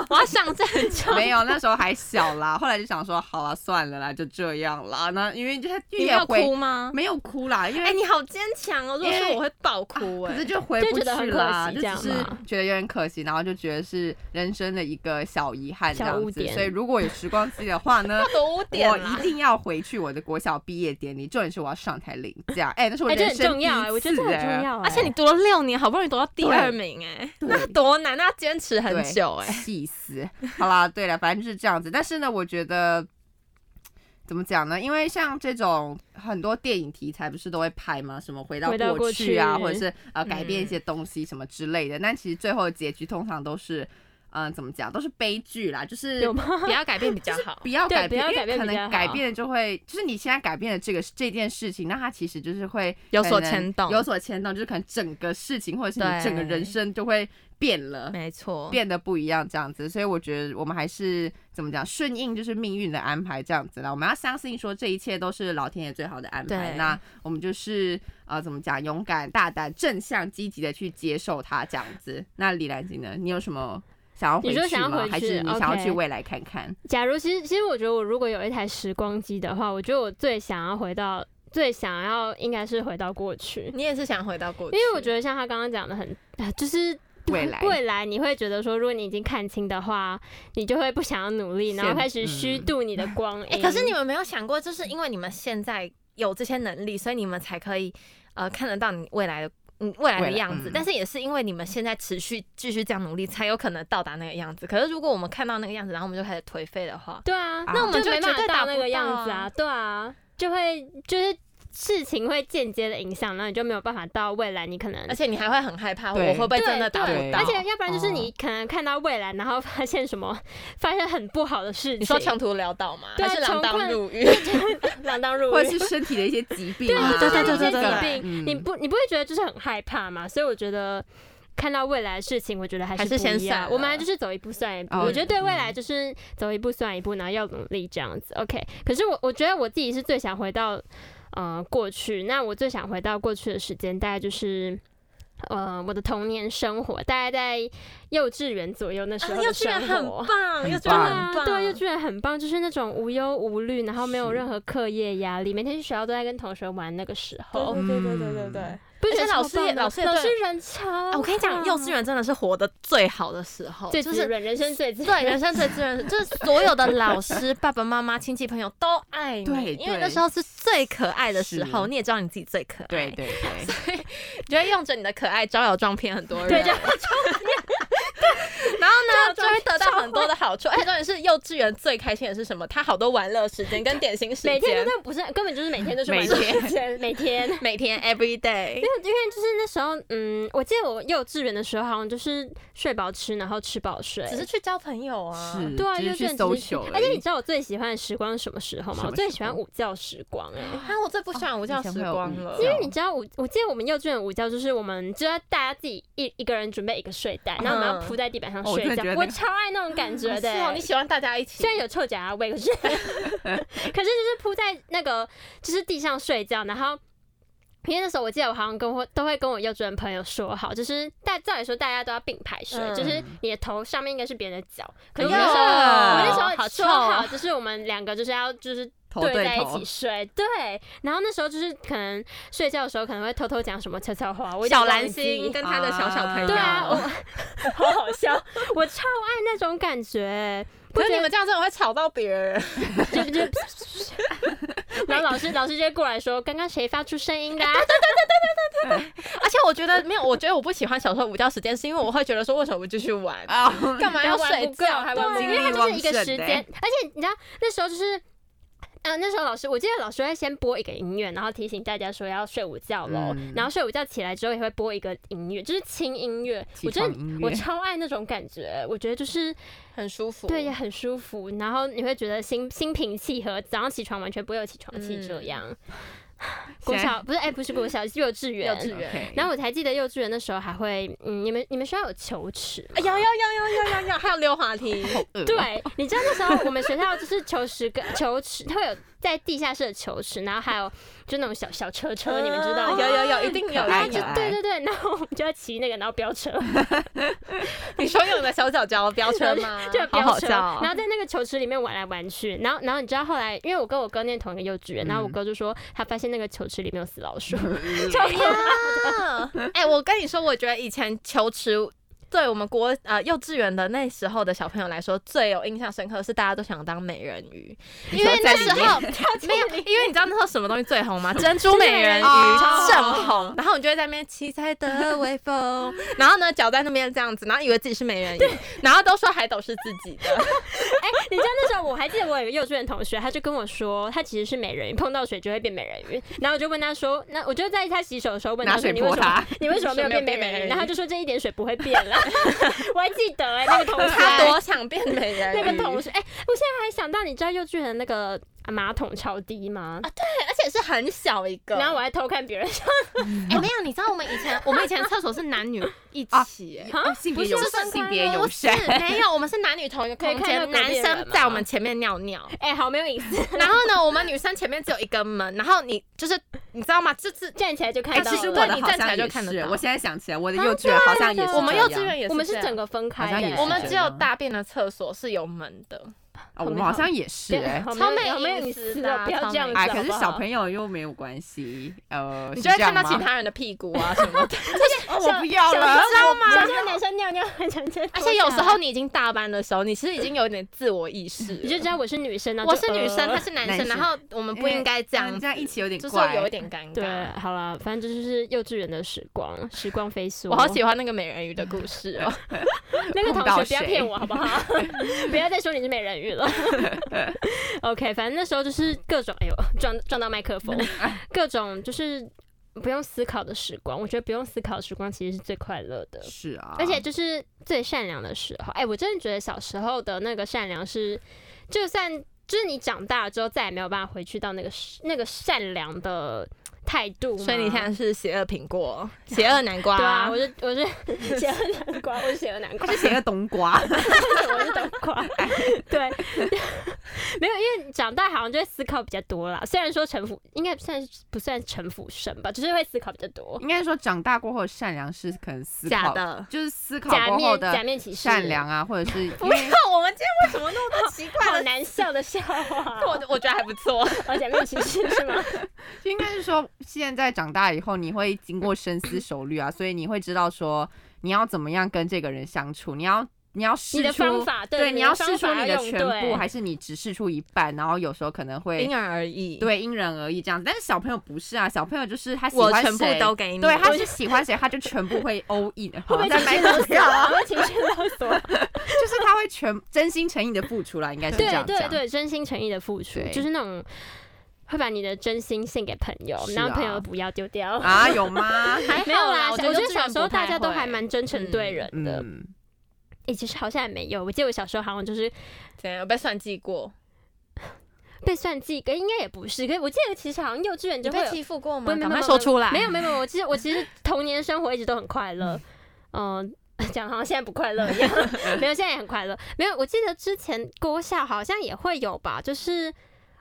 A: 我要上战场。
B: [laughs] 没有，那时候还小啦。后来就想说，好了，算了啦，就这样啦。那因为就是
A: 你没
B: 也
A: 有
B: 回
A: 哭吗？
B: 没有哭啦，因为、
A: 哎，你好坚强哦！如果
B: 因为啊
A: 说我会爆哭，
B: 可
A: 哎，
B: 是，就回
C: 就
B: 不
C: 觉得很
B: 去
C: 可
B: 啦，
C: 惜
B: 就
C: 这样
B: 只是
C: 嘛
B: 觉得有点可惜，然后就觉得是人生的一个小遗憾这
C: 小
B: 样
C: 污
B: 子。
C: 点
B: 所以如果有时光机的话呢
C: [laughs]
A: 多污点啊
B: 我
A: 啦
B: 一。定要回去我的国小毕业典礼。重点是我要上台领奖，哎、那是我
C: [laughs] 哎，这
B: 人
C: 很
B: 生
C: 重要
B: 第
C: 哎，
B: 一
C: 我觉得这
B: 次
C: 很
B: 哎
C: 重要哎，
A: 而且你读了六年，好不容易读到第二名、哎，那多难，那要坚持很
B: 对
A: 久、哎，
B: 气死！欸 [laughs] 好啦，对了，反正就是这样子。但是呢，我觉得怎么讲呢？因为像这种很多电影题材不是都会拍吗？什么回到
C: 回到
B: 过
C: 过
B: 去啊，
C: 去嗯
B: 或者是呃改变一些东西什么之类的。但其实最后的结局通常都是，嗯、怎么讲，都是悲剧啦，就是
C: [laughs] 有
B: [laughs]
C: 吗？
A: 不要改变比较好。
B: 不要
C: 对
B: 改
C: 不
B: 变，
C: 要
B: 因为
C: 改变
B: 可
C: 比较
B: 能
C: 好
B: 改变就会，就是你现在改变了这个这件事情，那它其实就是会
A: 有
B: 可
A: 所
B: 能
A: 牵动
B: 有所牵动，就是可能整个事情或者是你整个
A: 对
B: 人生就会变了。
A: 没错，
B: 变得不一样这样子，所以我觉得我们还是怎么讲，顺应就是命运的安排这样子啦。我们要相信说这一切都是老天爷最好的安排。
A: 对
B: 那我们就是呃怎么讲，勇敢、大胆、正向、积极的去接受它这样子。那李兰锦呢，你有什么想要回
C: 你说
B: 去
C: 想要
B: 吗？
C: 回去
B: 还是你想要
C: OK
B: 去未来看看？
C: 假如其实其实我觉得我如果有一台时光机的话，我觉得我最想要回到最想要应该是回到过去，
A: 你也是想回到过去，
C: 因为我觉得像他刚刚讲的很，啊就是
B: 未来
C: 未来你会觉得说，如果你已经看清的话，你就会不想要努力，
B: 现
C: 然后开始虚度你的光
A: [laughs]
C: 阴。
A: 哎、可
B: 嗯
A: 是你们没有想过，就是因为你们现在有这些能力，所以你们才可以呃看得到你未来的。嗯，未来
B: 未
A: 的
B: 来
A: 样子，
B: 嗯
A: 但是也是因为你们现在持续继续这样努力，才有可能到达那个样子。可是如果我们看到那个样子，然后我们就开始颓废的话，
C: 对啊，
B: 那我
A: 们
C: 就
A: 就
C: 没办
A: 绝
C: 法
A: 对达
C: 到
A: 不
C: 那个样子
A: 到
C: 啊，
A: 啊
C: 对啊，就会就是事情会间接的影响，那你就没有办法到未来，你可能
A: 而。且你还会很害怕，我
B: 对
A: 会不会真的达不
B: 对
A: 到？
C: 而且要不然就是
B: 哦
C: 你可能看到未来，然后发现什么，发现很不好的事情。
A: 你说穷途潦倒吗？
C: 对啊
A: 还是锒
C: 穷困
A: 铛入狱？
C: 锒铛入狱，
B: 或者是身体的一些疾病啊，嗯
C: 对，
A: 对
C: 就是
A: 对
C: 一些
A: 对嗯
C: 疾
A: 对
C: 病，你不你不会觉得就是很害怕嘛？所以我觉得看到未来的事情，我觉得还
A: 还是
C: 不
A: 先
C: 一样
A: 算
C: 我们
A: 了嗯
C: 就是走一步算一步。
B: 哦
C: 我觉得对未来就是走一步算一步，然后要努力这样子。OK，可是我我觉得我自己是最想回到呃过去，那我最想回到过去的时间大概就是。呃，我的童年生活大概在幼稚园左右那时候
A: 啊幼
C: 的
A: 稚
C: 生
A: 园很
C: 活，
A: 棒，幼稚
C: 对
A: 园
B: 棒
C: 啊
A: 很棒，
C: 对，幼稚园很棒，就是那种无忧无虑，然后没有
B: 是
C: 任何课业压力，每天去学校都在跟同学玩。那个时候，
A: 对对对对对对对。
C: 不
A: 嗯而
C: 觉
A: 且
C: 得
A: 老
C: 超
A: 师
C: 棒
A: 也
C: 的
A: 老师也
C: 老
A: 对
C: 师人超好、
A: 哎我跟你讲，幼稚园真的是活得最好的时候，
C: 最
A: 就
C: 滋
A: 是
C: 润，人生最滋润
A: 对人生最滋润，就是所有的老师、爸爸妈妈、亲戚朋友都爱你，
B: 对
A: 因为
B: 对
A: 那时候是最可爱的时
B: 是
A: 候，你也知道你自己最可爱，
B: 对，对对。
A: 你就会用着你的可爱招摇撞骗很多人，
C: 对，就
A: 然后呢，
C: 这
A: 就
C: 样
A: 会得到很多的好处。而且重点是，幼稚园最开心的是什么？他好多玩乐时间跟点心时
C: 每天
A: 间
C: 真，的不是，根本就是每天都是
B: 每
C: 玩乐时间， [laughs] 每天。
A: 每天 every day
C: 因。为因为就是那时候，嗯，我记得我幼稚园的时候，好像就是睡饱吃，然后吃饱睡，
A: [laughs] 只是去交朋友啊，
B: [laughs] 是
C: 对啊，
B: 只
C: 幼
B: 是
C: 稚
B: 去
C: 园
B: 搜
C: 只是去
B: 求而
C: 而且
B: 已
C: 你知道我最喜欢的时光是什么时候吗？
B: 什
C: 我
B: 么
C: 最
B: 时
C: 喜欢
B: 候
C: 午觉时光、哎。
A: 啊，我最不喜欢午觉时光了，
B: 以前会有午觉
A: 因为
C: 你知道午，我记得我们幼稚园午觉就是我们就要大家自己一一个人准备一个睡袋，然后我们要
A: 嗯
C: 铺在地板上
B: 哦我
C: 睡
B: 真的
C: 觉
B: 觉。得那
C: 我
B: 个
C: 超爱那种感觉的、
A: 是哦，你喜欢大家一起
C: 虽，然有臭脚丫味，
A: [laughs]
C: 可是可是就是铺在那个就是地上睡觉，然后。因为那时候我记得我好像跟我都会跟我幼稚园朋友说好，就是大照理说大家都要并排睡，
A: 嗯
C: 就是你的头上面应该是别人的脚，可是
A: 哎
C: 我
A: 呦
C: 们那时候我们那时
A: 哦
C: 候
A: 好臭
C: 说
A: 哦
C: 好，就是我们两个就是要就是
B: 头
C: 对
B: 对
C: 在一
B: 头
C: 起睡，对。然后那时候就是可能睡觉的时候可能会偷偷讲什么悄悄话，我有点
A: 小蓝
C: 忘记
A: 星跟他的小小朋友，
C: 对啊，我好好笑，我超爱那种感觉，
A: 可
C: 不觉
A: 是
C: 得
A: 你们这样真的会吵到别人，
C: 就就， [laughs] 然后老师老师就会过来说，刚刚谁发出声音的、啊？
A: 而且我觉得没有，我觉得我不喜欢小时候午觉时间，是因为我会觉得说为什么不继续玩，
B: 啊， [laughs]
A: 干嘛要睡觉还玩不
C: 因
A: 够
B: 对
C: 为它就是一个时
B: 精力旺盛
C: 间，
B: 欸
C: 而且你知道那时候就是。呃，那时候老师，我记得老师会先播一个音乐，然后提醒大家说要睡午觉喽。
B: 嗯
C: 然后睡午觉起来之后也会播一个音乐，就是轻音乐。
B: 起
C: 我觉得
B: 床音乐
C: 我超爱那种感觉，我觉得就是
A: 很舒服。
C: 对也很舒服，然后你会觉得心心平气和，早上起床完全不会有起床气这
A: 嗯
C: 样。 [laughs] 国
B: 现在
C: 小不是哎、不是国小，是幼稚园。
A: 幼稚园
B: OK
C: 然后我才记得幼稚园的时候还会，嗯，你们你们学校有球池吗
A: 啊有有有有有有有，还有溜滑 [laughs] 梯，
B: 嗯
A: 哎
C: 对，你知道那时候我们学校就是球池跟球池，它会有在地下室的球池，然后还有就那种小小车车，你们知道
A: 嗯
C: 吗？
A: 有有有，一定有，
B: 可爱
A: 一定有
B: 可爱
C: 对对对，然后我们就要骑那个，然后飙车，
A: [laughs] 你说用你的小脚脚飙车 [laughs] 吗？
C: [laughs] 就
A: 好
C: 飙
A: 好
C: 车，
A: 笑哦
C: 然后在那个球池里面玩来玩去，然后然后你知道后来，因为我跟我哥念同一个幼稚园，然后我
B: 嗯
C: 哥就说他发现那个球池里面有死老鼠， [laughs] 哎
A: 呀！哎，我跟你说，我觉得以前球池。对我们国呃幼稚园的那时候的小朋友来说，最有印象深刻的是大家都想当美人鱼，因为那时 [laughs] 候没有，因为你知道那时候什么东西最红 [laughs] 吗？珍珠美人鱼
B: 哦
A: 啊正红，然后你就会在那边七彩的微风，然后呢脚在那边这样子，然后以为自己是美人鱼，然后都说海斗是自己的，
C: 哎、你知道那时候我还记得我有一个幼稚园同学，他就跟我说，他其实是美人鱼，碰到水就会变美人鱼。然后我就问他说，那我就在他洗手的时候问他
B: 拿
C: 说，
B: 水
C: 你为
B: 泼
C: 什么
B: 他，
C: 你为什么没有变美人鱼？然后他就说这一点水不会变啦。 [laughs] 我还记得哎、那个同学，
A: 他多想变美人鱼。
C: 那个同学，哎、我现在还想到，你知道幼稚园的那个马桶超低吗？
A: 而且是很小一个。
C: 然后我还偷看别人 [laughs] 上，
A: 哎、没有，你知道我们以前我们以前的厕所是男女一起、哎
C: 啊
B: 哦性别
A: 是
B: 友
A: 就是
B: 善，性别
A: 不
B: 友
A: 是
B: 善，
A: [laughs] 没有，我们是男女同一个空
C: 可以看
A: 间，
C: 到隔壁
A: 男
C: 的人
A: 生在我们前面尿尿，
C: 哎、好没有隐私，
A: 然后呢，我们女生前面只有一根门，然后你就是你知道吗？就是
C: 站起来就看
B: 哎，
C: 到
B: 其
C: 了。
B: 实我
A: 对
B: 的
A: 你
B: 好
A: 站起
B: 像
A: 来就
B: 也
A: 看得
B: 是
A: 到
B: 我现在想起来，我的
C: 啊
B: 幼稚园好像也是
A: 我们幼
B: 这
A: 稚
B: 样
A: 园也
C: 我们是
A: 这样
C: 整个分开
B: 好像
C: 的、
B: 也是
A: 我们
B: 这
A: 只
B: 样
A: 有大便的厕所是有门的，
B: 啊，我们好像也是
C: 对
B: 哎。
C: 好
A: 超
C: 没有
A: 没
C: 没有
A: 隐
C: 隐
A: 私
C: 私
A: 的
C: 的，不要
A: 超
C: 这样
A: 没
C: 子
B: 哎，
C: 好
B: 可是
C: 不
B: 小
C: 好
B: 朋友又没有关系，呃，
A: 你
B: 是
A: 就会
B: 这样
A: 看到
B: 吗
A: 其他人的屁股啊什么的。
B: 哦，我不要了，
C: 知道吗？
B: 我
C: 小时候男生尿尿很常见，
A: 而且有时候你已经大班的时候，你其实已经有点自我意识了，
C: 你就知道我是女生啊，
A: 我
C: 就是
A: 女生，
C: 呃
A: 他是男
B: 男
A: 生，
B: 生
A: 然后我们不应该这样
B: 嗯
A: 子，
B: 这样一起有点
A: 就是
B: 怪， [laughs]
A: 有一点尴
C: 对啊
A: 尬。，
C: 好了，反正这就是幼稚园的时光，时光飞速。
A: 我好喜欢那个美人鱼的故事哦。
C: 那个
B: 碰
C: 同
B: 到
C: 学，不
B: 谁
C: 要骗我好不好？不要再说你是美人鱼了。OK，反正那时候就是各种，哎呦，撞撞到麦克风，
B: 啊
C: 各种就是不用思考的时光。我觉得不用思考的时光其实是最快乐的，
B: 是啊，
C: 而且就是最善良的时候。哎，我真的觉得小时候的那个善良是，就算就是你长大之后再也没有办法回去到那个时那个善良的态度嘛。
A: 所以你现在是邪恶苹 [laughs] 果、邪恶南瓜，
C: 对啊，我是
B: [laughs]
C: 我是邪恶南瓜，我是邪恶南瓜
B: 他，是写个冬
A: [laughs]
B: 瓜，
C: 我是冬
B: [laughs]
C: 瓜。对， [laughs] 没有，因为长大好像就会思考比较多啦。虽然说城府应该算是不算城府深吧，就是会思考比较多。
B: 应该说长大过后的善良是可能思
A: 假
B: 考，
A: 的。
B: 就是思考
C: 假
B: 过后
C: 面假
B: 的
C: 面骑士
B: 善，良啊，或者是因
A: [laughs] 不
B: 为
A: 要，我们今天为什么那么多奇
C: 好
A: 怪的？
C: 难笑的笑
B: [laughs]
C: 话。
A: 我我觉得还不错，
C: 哦，假面骑士是吗？
B: 就应该是说，现在长大以后，你会经过深思熟虑啊，所以你会知道说你要怎么样跟这个人相处，你要你要
C: 你
B: 试
C: 的
B: 出
C: 方法，对
B: 对，你要试
C: 方
B: 出
C: 法
B: 你的
C: 要用
B: 全部，
C: 对
B: 还是你只试出一半？然后有时候可能会
A: 因人而异。，
B: 对因人而异这样子。但是小朋友不是啊，小朋友就是他喜
A: 我
B: 欢
A: 全部
B: 谁
A: 都给你。
B: 对，他
A: 我
B: 是喜欢谁，他就全部会 all in，
C: [laughs] 会不会
B: 在
C: 情
B: 买
C: 绪勒
B: 股
C: 索
B: 票
C: 啊？
B: 啊，
C: 会不会情绪勒索？
B: 就是他会全真心诚意的付出啦，应该 [laughs] 是这
C: 对
B: 样
C: 对
B: 讲。
C: 对，真心诚意的付出
B: 对，
C: 就是那种会把你的真心献给朋友，
B: 是啊
C: 然后朋友不要丢
B: [laughs] [laughs]
C: 掉。
B: 啊，有吗？
A: 还
C: 没有
A: 好
C: 啦，
A: 我
C: 我
A: 觉得幼
C: 觉得
A: 稚
C: 小
A: 园
C: 时候
A: 不太
C: 大家都
A: 会
C: 还蛮真诚对人的。诶、
B: 嗯，
C: 其实好像也没有，我记得我小时候好像就是
A: 怎样有被算计过？
C: 被算计，跟应该也不是，可是我记得其实好像幼稚园
A: 你
C: 就会有
A: 被欺负过吗？
C: 不会没
A: 赶
C: 有没
A: 快
C: 有
A: 说出来。
C: 没有没有没有，我其实我其实童年生活一直都很快乐，嗯、讲好像现在不快乐一样， [laughs] 没有，现在也很快乐。没有，我记得之前国小好像也会有吧，就是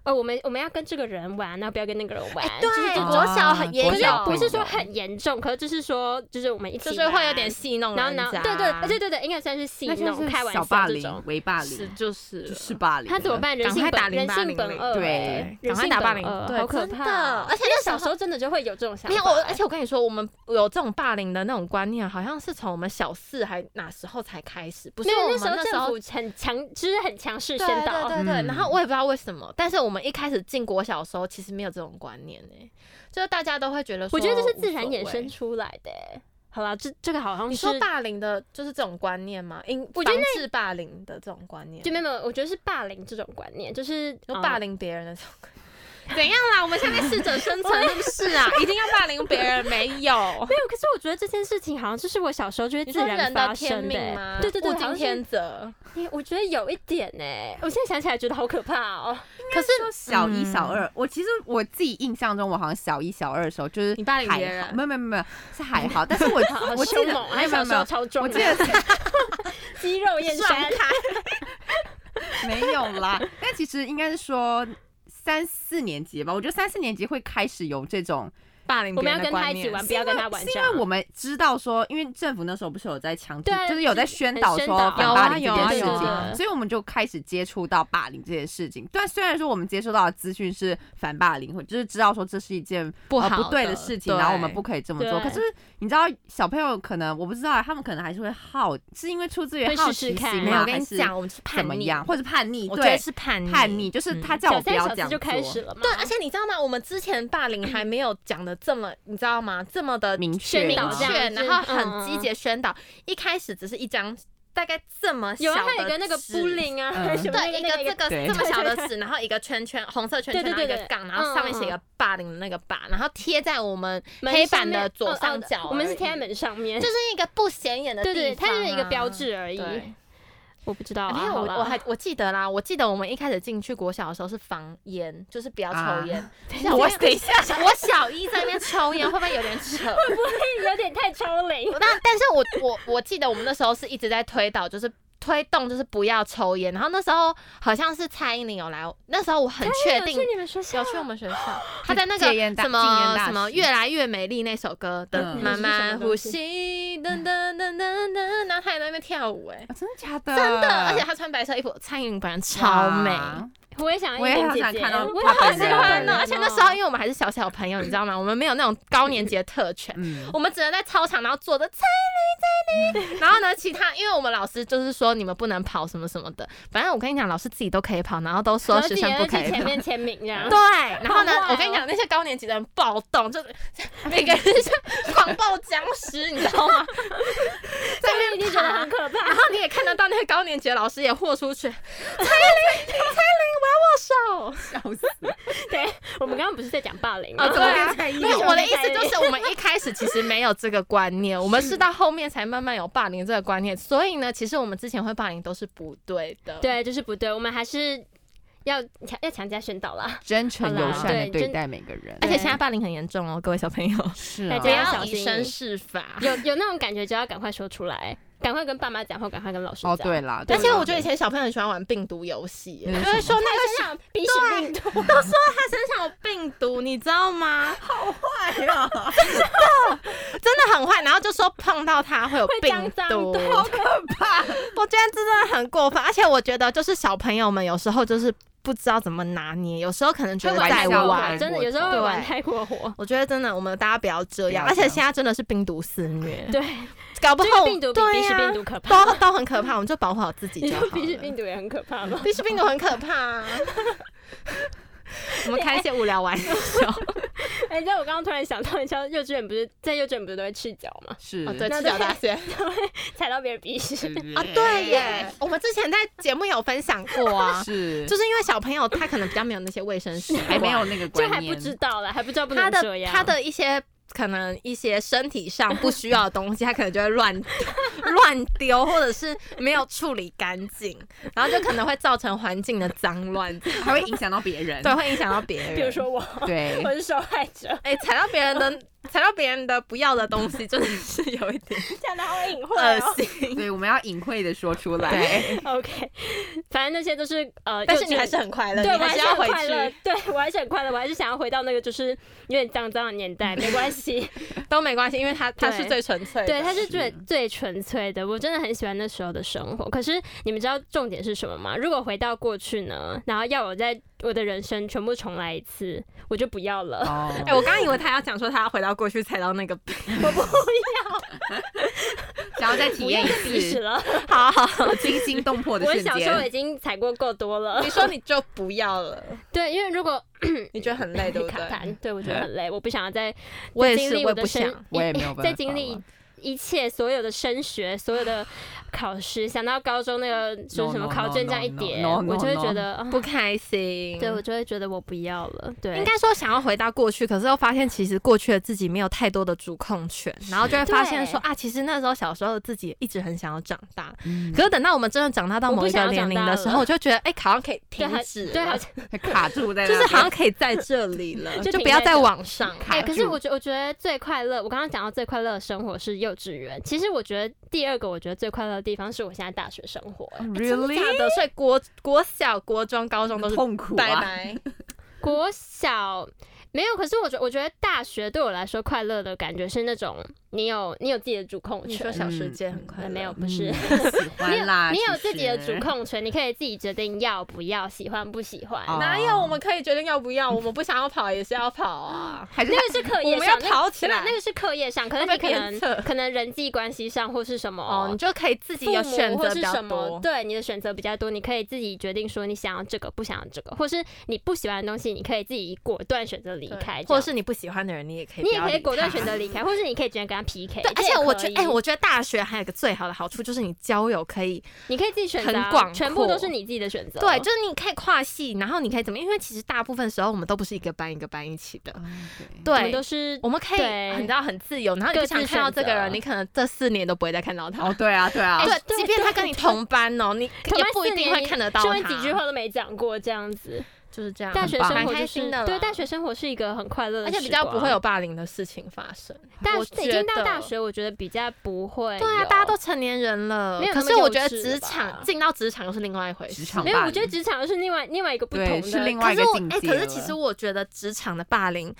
C: 呃，我们我们要跟这个人玩，然后不要跟那个人玩，就是
A: 对，
C: 这
B: 哦
C: 种
A: 国小
B: 啊
A: 很也
B: 国
C: 可是
B: 小
A: 有，
C: 不是
B: 会
C: 说
B: 有
C: 很严重，可是就是说，就是我们一起
A: 就是会有
C: 玩
A: 点，戏弄
C: 然后
A: 人
C: 呢
A: 家，，
C: 对对，对对对，应该算是戏
B: 那就
C: 弄、
B: 是
C: 开玩
B: 小
C: 笑
B: 霸
C: 这
B: 凌
C: 种，。
B: 为霸
A: 是
B: 凌，
A: 就是了
B: 就是霸凌啊了，
C: 他怎么办？人
A: 赶
C: 性
A: 快打
C: 本人性
A: 080
C: 本恶，
B: 对
A: 赶
C: 人
A: 快
C: 性
A: 打霸
C: 本
A: 凌
C: 恶，
A: 对
C: 好可
A: 真
C: 怕
A: 的
C: 哦。
A: 而且
C: 因为
A: 那
C: 小
A: 小
C: 时候真的就会有这种想
A: 没
C: 法
A: 有
C: 欸，
A: 我，而且我跟你说，我们有这种霸凌的那种观念，好像是从我们小四还哪时候才开始，不是
C: 没有
A: 我们
C: 时候
A: 时
C: 政
A: 候
C: 府很强，就是很强势
A: 对
C: 宣导。
A: 对对对，
B: 嗯
A: 然后我也不知道为什么，但是我们一开始进国小的时候，其实没有这种观念呢、就是大家都会觉得说，
C: 我觉得这是自然衍生
A: 出。
C: 出来的欸、好啦，这这个好像
A: 你
C: 是
A: 说霸凌的，就是这种观念吗？因
C: 我觉得
A: 防治霸凌的这种观念，
C: 就没有没有，我觉得是霸凌这种观念，就是
A: 就
C: 嗯
A: 霸凌别人的这种观念。怎样啦？我们现在适者生存，是不是啊？一定要霸凌别人？没有，
C: [laughs] 没有。可是我觉得这件事情好像就是我小时候就
A: [laughs]
C: 会
A: 你
C: 自
A: 说
C: 然
A: 人
C: 发
A: 的
C: 生
A: 天
C: 的欸、
A: 命吗？
C: 对对对，
A: 物
C: 好像
A: 竞
C: 是
A: 天择。
C: 欸我觉得有一点呢、我现在想起来觉得好可怕哦、
A: 可是
B: 说小一、
A: 嗯
B: 小二，我其实我自己印象中，我好像小一、小二的时候就是
A: 你霸凌
B: 还
A: 别人
B: 好没有没有没有是还
C: [laughs]
B: 好，但是我
C: 好
B: 哦我记
C: 凶
B: 得
C: 猛，
B: 没
C: 还
B: 有没
C: 小
B: 有
C: 时
B: 没
C: 候
B: 有，
C: 超壮
B: 我
C: 的，
B: 记得是
C: 肌肉燕山，
B: 没有啦，但其实应该是说三四年级吧，我觉得三四年级会开始有这种
A: 霸凌
C: 我
A: 别
C: 们
A: 人的
C: 要跟他
A: 观
C: 一起玩，
A: 念。
C: 不要跟他玩
B: 是
C: 这
B: 因
C: 样
B: 为。我们知道说，因为政府那时候不是有在强制
C: 对啊，
B: 就是有在宣导
C: 很宣
B: 说
C: 导
B: 反霸凌
A: 有
B: 这
A: 啊
B: 件事
A: 有啊有啊
B: 情，所以我们就开始接触到霸凌这件事情。但虽然说我们接收到的资讯是反霸凌，或就是知道说这是一件
A: 不
B: 呃
A: 好的
B: 不对的事情，
A: 对
B: 然后我们不可以这么做。
C: 对
B: 可是你知道，小朋友可能我不知道，他们可能还是会好，是因为出自于
C: 会
B: 好
C: 试试
B: 奇
C: 看
B: 心
A: 没
B: 嘛，
A: 有，
B: 还
A: 我跟你
B: 是
A: 讲，我们啊是叛
B: 怎么
A: 逆，
B: 样，或者叛逆，
A: 我觉得
B: 对，
A: 是叛逆，
B: 叛逆，就是他
A: 嗯
B: 叫我
C: 小
B: 不
C: 三
B: 要
C: 小
B: 这
C: 四
B: 样
C: 就开
B: 做
C: 始了嘛，
A: 对，而且你知道吗？我们之前霸凌还没有讲的这么，你知道吗？这么的
B: 明
C: 宣
B: 确
A: 明
C: 导
B: 吗
C: 这样
A: 确，
C: 子
A: 然后
C: 嗯
A: 很积极地宣导。一开始只是一张大概这么小
C: 有啊，
A: 的
C: 还有一个那个
A: 纸
C: bullying 啊，
B: 嗯
C: 还是什么那
A: 对，一个这个
B: 对
A: 这么小的
C: 对
A: 纸，然后一个圈圈，红色圈圈，
C: 对
A: 然后
C: 对
A: 一
C: 对
A: 个
C: 对嗯
A: 杠，然后上面写一个霸凌的那个霸，然后贴在我们
C: 门
A: 黑
C: 上
A: 板的
C: 面
A: 左
C: 哦哦
A: 上角而已。
C: 我们是贴在门上面，
A: 就是一个不显眼的
C: 嗯对
A: 地
C: 对，
A: 方
C: 它
A: 啊
C: 就是一个标。志而已。
A: 对，
C: 我不知道、啊，
A: 没有
C: 好
A: 我
C: 啦
A: 我还我记得啦，我记得我们一开始进去国小的时候是防烟，就是不要
B: 啊
A: 抽
B: [laughs]
A: 烟。
B: 我
A: 等一下， [laughs] 我小一在那边抽烟会不会有点扯？
C: 有点太超龄。
A: 那但是我我我记得我们那时候是一直在推导，就是推动就是不要抽烟。然后那时候好像是蔡依林有来，那时候我很确定
C: 去你们学校
A: 有去我们学校，她在那个
B: 戒烟大
A: 什
B: 禁烟
A: 么
B: 大
A: 什么
B: 使
A: 越来越美丽那首歌的
B: 嗯
A: 慢
C: 那是什
A: 慢
C: 么
A: 呼
C: 东西
A: 吸，噔噔噔噔噔，然后她也在那边跳舞、哎。
B: 啊真的假的？
A: 真的，而且她穿白色衣服，蔡依林本人超美，
B: 哇
C: 我也想要
B: 我也
C: 一点
B: 好
C: 姐
B: 想
C: 姐
B: 看到
C: 我也
B: 她
C: 好
B: 本
C: 喜
A: 喜
B: 人
C: 欢
A: 欢
C: 哦
A: 呢。而且那时候因为我们还是小小朋友，你知道吗？我们没有那种高年级的特权，[laughs]
B: 嗯，
A: 我们只能在操场，然后坐着蔡依林，蔡依林。然后呢，其他因为我们老师就是说你们不能跑什么什么的，反正我跟你讲，老师自己都可以跑，然后都说
C: 然后
A: 学
C: 自己
A: 生
C: 要
A: 不可
C: 去
A: 以
C: 前
A: 跑。
C: 面签名这样。
A: 对，然后呢
C: 好坏哦，
A: 我跟你讲，那些高年级的人暴动，就是 [laughs] 每个人是狂暴僵尸，你知道吗？ [laughs]
C: 这边一定觉得很可怕
A: 然。后你也看得到那个高年级的老师也豁出
C: [laughs]
A: 去，蔡依林，蔡依林，我要握手。
B: 笑死！
C: 对，我们刚刚不是在讲霸凌吗
A: 哦，？对啊
B: 跟蔡依，
A: [laughs]
B: 林
A: 没有，我的意思就是，我们一开始其实没有这个观 [laughs] 念，我们是到后面才慢慢有霸凌这个观念，所以呢，其实我们之前会霸凌都是不对的。，
C: 对，就是不对，我们还是要强要强加宣导啦。
B: 真诚
C: 好啦
B: 友善的
C: 对
B: 对
C: 真
B: 待每个人
A: 而，且
C: 对
A: 现在霸凌很严重哦，各位小朋友，
B: 是
C: 大
B: 啊
A: 不
C: 家要小
A: [laughs] 要
C: 心
A: 以身试法。
C: 有有那种感觉就要赶快说出来，赶快跟爸妈讲，或赶快跟老师讲。
B: 哦，对啦，
A: 而
B: 对
A: 且
B: 啦
A: 我觉得以前小朋友很喜欢玩病毒游戏 [laughs] 耶，
B: 嗯
A: 就会
B: [laughs]
A: 说那个
C: 想比起
A: 对
C: 病毒，
A: 我都说他身上有病毒，你知道吗？
B: 哎呀，
A: 真的很坏，然后就说碰到他会有
C: 会
A: 病
C: 脏脏
A: 毒，
C: 的
B: 好可怕！
A: 我觉得这真的很过分，而且我觉得就是小朋友们有时候就是不知道怎么拿捏，有时候可能觉得
C: 会
A: 在
C: 玩
B: 玩
C: 太过
B: 笑
C: 火
A: 玩。
C: 真的有时候会玩
A: 对
C: 太
A: [laughs]
C: 过火。
A: 我觉得真的，我们大家不要这样，
B: 不要
A: 而
B: 这样
A: 且现在真的是病毒肆
C: [laughs]
A: 虐，
C: 对，
A: 搞不
C: 这个
A: 好
C: 病毒比
A: 对
C: 鼻
A: 呀
C: 屎病毒可怕。
A: 都都很可怕，我们 [laughs] 就保护好自己
C: 啊你
A: 就好
C: 说鼻屎
A: 了。
C: 病毒也很可怕吗？
A: 必须病毒很可怕、啊。我们开一些无聊玩笑，
C: [laughs] 哎，你知道我刚刚突然想到，你知道幼稚园不是在幼稚园不是都会赤脚吗？
B: 是
A: 哦，对，
C: 那
A: 赤
C: 对
A: 脚大学
C: 踩到别人鼻 [laughs] 屎。
A: 啊，对耶，我们之前在节目有分享过啊，
B: [laughs] 是
A: 就是因为小朋友他可能比较没有那些卫生习惯，
B: 还没有那个
C: 就
B: 观
C: 还不
B: 念，
C: 知道了，还不知道不
A: 他
C: 能这
A: 的
C: 样。
A: 他的一些可能一些身体上不需要的东西，他可能就会乱乱丢， [laughs] 或者是没有处理干净，然后就可能会造成环境的脏乱，
B: [laughs] 还会影响到别
A: [laughs]
B: 人。
A: 对，会影响到别人。
C: 比如说我，
B: 对
C: [laughs] 我是受害者，
A: 哎、踩到别人的踩到别人的不要的东西，真的是有一
C: [laughs]
A: 点
C: 讲的好隐晦哦。
A: 恶心。
B: 对，我们要隐晦的说出来。
A: 对，
C: OK，反正那些都是呃，
A: 但
C: 幼
A: 是
C: 稚
A: 你还
C: 园
A: 是很快乐，
C: 对，我
A: 你还
C: 还
A: 是
C: 是
A: 要
C: 很
A: 回
C: 快乐
A: 去，，
C: 对我还是很快乐，我还是想要回到那个就是有点脏脏的年代，没关系。
A: 都 [laughs] 没关系，因为他他是
C: 对
A: 最纯粹的。
C: 对，它是最最纯粹的，我真的很喜欢那时候的生活。可是你们知道重点是什么吗？如果回到过去呢，然后要我在我的人生全部重来一次，我就不要了。
B: [laughs] 哦，
A: 哎、我刚刚以为他要讲说他要回到过去踩到那个，
B: 想要再体
C: [laughs] 不
B: 验
C: 要
B: 一
C: 再鼻屎
B: 次
C: 了，
A: 好好好，
B: [laughs] 惊心动魄的
C: 我
B: 瞬
C: 小时候
B: 间。
C: 已经踩过够多了
A: 你。说你就不要了，
C: 对，因为如果
A: 你觉得很累，对不
C: 卡
A: 对？
C: 痰，对我觉得很累，我不想要再
A: 我也
C: 经
A: 是，
C: 历
A: 我也
C: 的
A: 不
C: 生
A: 想。
B: 我也没有办
C: 在
B: 法
C: 经历
B: 了
C: 一切所有的升学、所有的考试，想到高中那个说
B: No,
C: 什么
B: no,
C: 考
B: no,
C: 卷这样一
B: no,
C: 叠
B: no, no,
C: 我就会
B: no.
C: 觉得啊
A: 不开心，
C: 对我就会觉得我不要了。对，
A: 应该说想要回到过去，可是又发现其实过去的自己没有太多的主控权，然后就会发现说啊，其实那时候小时候的自己一直很想要长大，
B: 嗯
A: 可是等到我们真的长大到某一个年龄的时候，
C: 我
A: 我就觉得哎、好像可以停
C: 对好
A: 止
C: 对，好
A: 了，
C: 像
B: 卡住在那
A: 就
B: 边，
A: 是好像哎可以在这里了，
C: 就
A: 就
C: 停
A: 不要
C: 在
A: 再
C: 这
A: 往上。
B: 卡
C: 哎、可是
B: 住
C: 我觉我觉得最快乐，我刚刚讲到最快乐的生活是幼稚园。其实我觉得第二个我觉得最快乐的地方是我现在大学生活、
A: 嗯
C: 哎
B: really
A: 真的假的？所以国国小、国中、高中都是
B: 痛苦
A: 拜
B: 啊，
A: 拜。
C: 国小没有，可是我觉我觉得大学对我来说快乐的感觉是那种你有你有自己的主控
A: 你说
C: 权。
A: 小世界很快乐，
C: 呃没有，不是，
B: 嗯喜欢啦，
C: 你有
B: 其
C: 自己的主
B: 实。
C: 控权，你可以自己决定要不要、喜欢不喜欢。
B: 哦
A: 哪有我们可以决定要不要？我们不想要跑也是要跑啊。
B: 还是
C: 那个是
A: [laughs]
C: 课业
A: 我们要
C: 上，那
A: 跑
C: 个
A: 起来
C: 那个那个是课业上，可能
A: 会
C: 你
A: 被
C: 可能
A: 鞭策
C: 可能人际关系上或是什么
A: 哦，你就可以自己
C: 父
A: 有
C: 母
A: 选
C: 或
A: 择
C: 是
A: 比
C: 什
A: 较
C: 么，
A: 多。
C: 对你的选择比较多，你可以自己决定说你想要这个，不想要这个，或是你不喜欢的东西，你可以自己果断选择离
A: 对
C: 开，
A: 或者
C: 这
A: 是你不喜欢的人，你也可以
C: 样你
A: 不
C: 也
A: 要
C: 可以
A: 理
C: 果断
A: 他
C: 选择
A: [laughs]
C: 离开，或是你可以直接跟他 PK
A: 对
C: 这也，可
A: 而
C: 以。
A: 且我觉得，哎、我觉得大学还有个最好的好处就是你交友可以，
C: 你可以自己选择啊，
A: 很广阔
C: 全部都是你自己的选择。哦
A: 对，就是你可以跨系，然后你可以怎么？因为其实大部分时候我们都不是一个班一个班一起的，
B: 嗯
C: 我们
A: 对
C: 都，是
A: 嗯我们可以
C: 对
A: 很你知道很自由，然后你
C: 各
A: 不
C: 自
A: 想看到这个
C: 选
A: 人，
C: 择
A: 你可能这四年都不会再看到他。
B: 哦，对啊，对啊
A: 哎，对，
C: 对
A: 即便他跟你 [laughs] 同班哦，你
C: 同
A: 也
C: 班
A: 不一
C: 四
A: 定
C: 年
A: 会
C: 你
A: 看得到
C: 就
A: 他。
C: 连几句话都没讲过这样子。
A: 就是这样，
C: 大
A: 很
C: 学
A: 棒
C: 生活
A: 蛮
C: 就
A: 开心
C: 是
A: 的，
C: 对大。学生活是一个很快乐的
A: 而
C: 时光，
A: 且比较不会有霸凌的事情发生，
C: 大
A: 我
C: 已
A: 觉
C: 经到
A: 得
C: 大学，我觉得比较不会有。
A: 对啊，大家都成年人了
C: 没。有
A: 可
C: 那么
A: 是我
C: 幼
A: 觉得
C: 稚了
A: 职
C: 吧
A: 场进到职场又是另外一回事，
B: 职场
C: 没有，
B: 霸
C: 我觉得
B: 凌
C: 职场是另外另外一个不
B: 对
C: 同的，
B: 是另外
A: 可
B: 一
A: 是
B: 个
A: 我
B: 境
A: 哎、
B: 界
A: 可是其
B: 了
A: 实我觉得职场的霸凌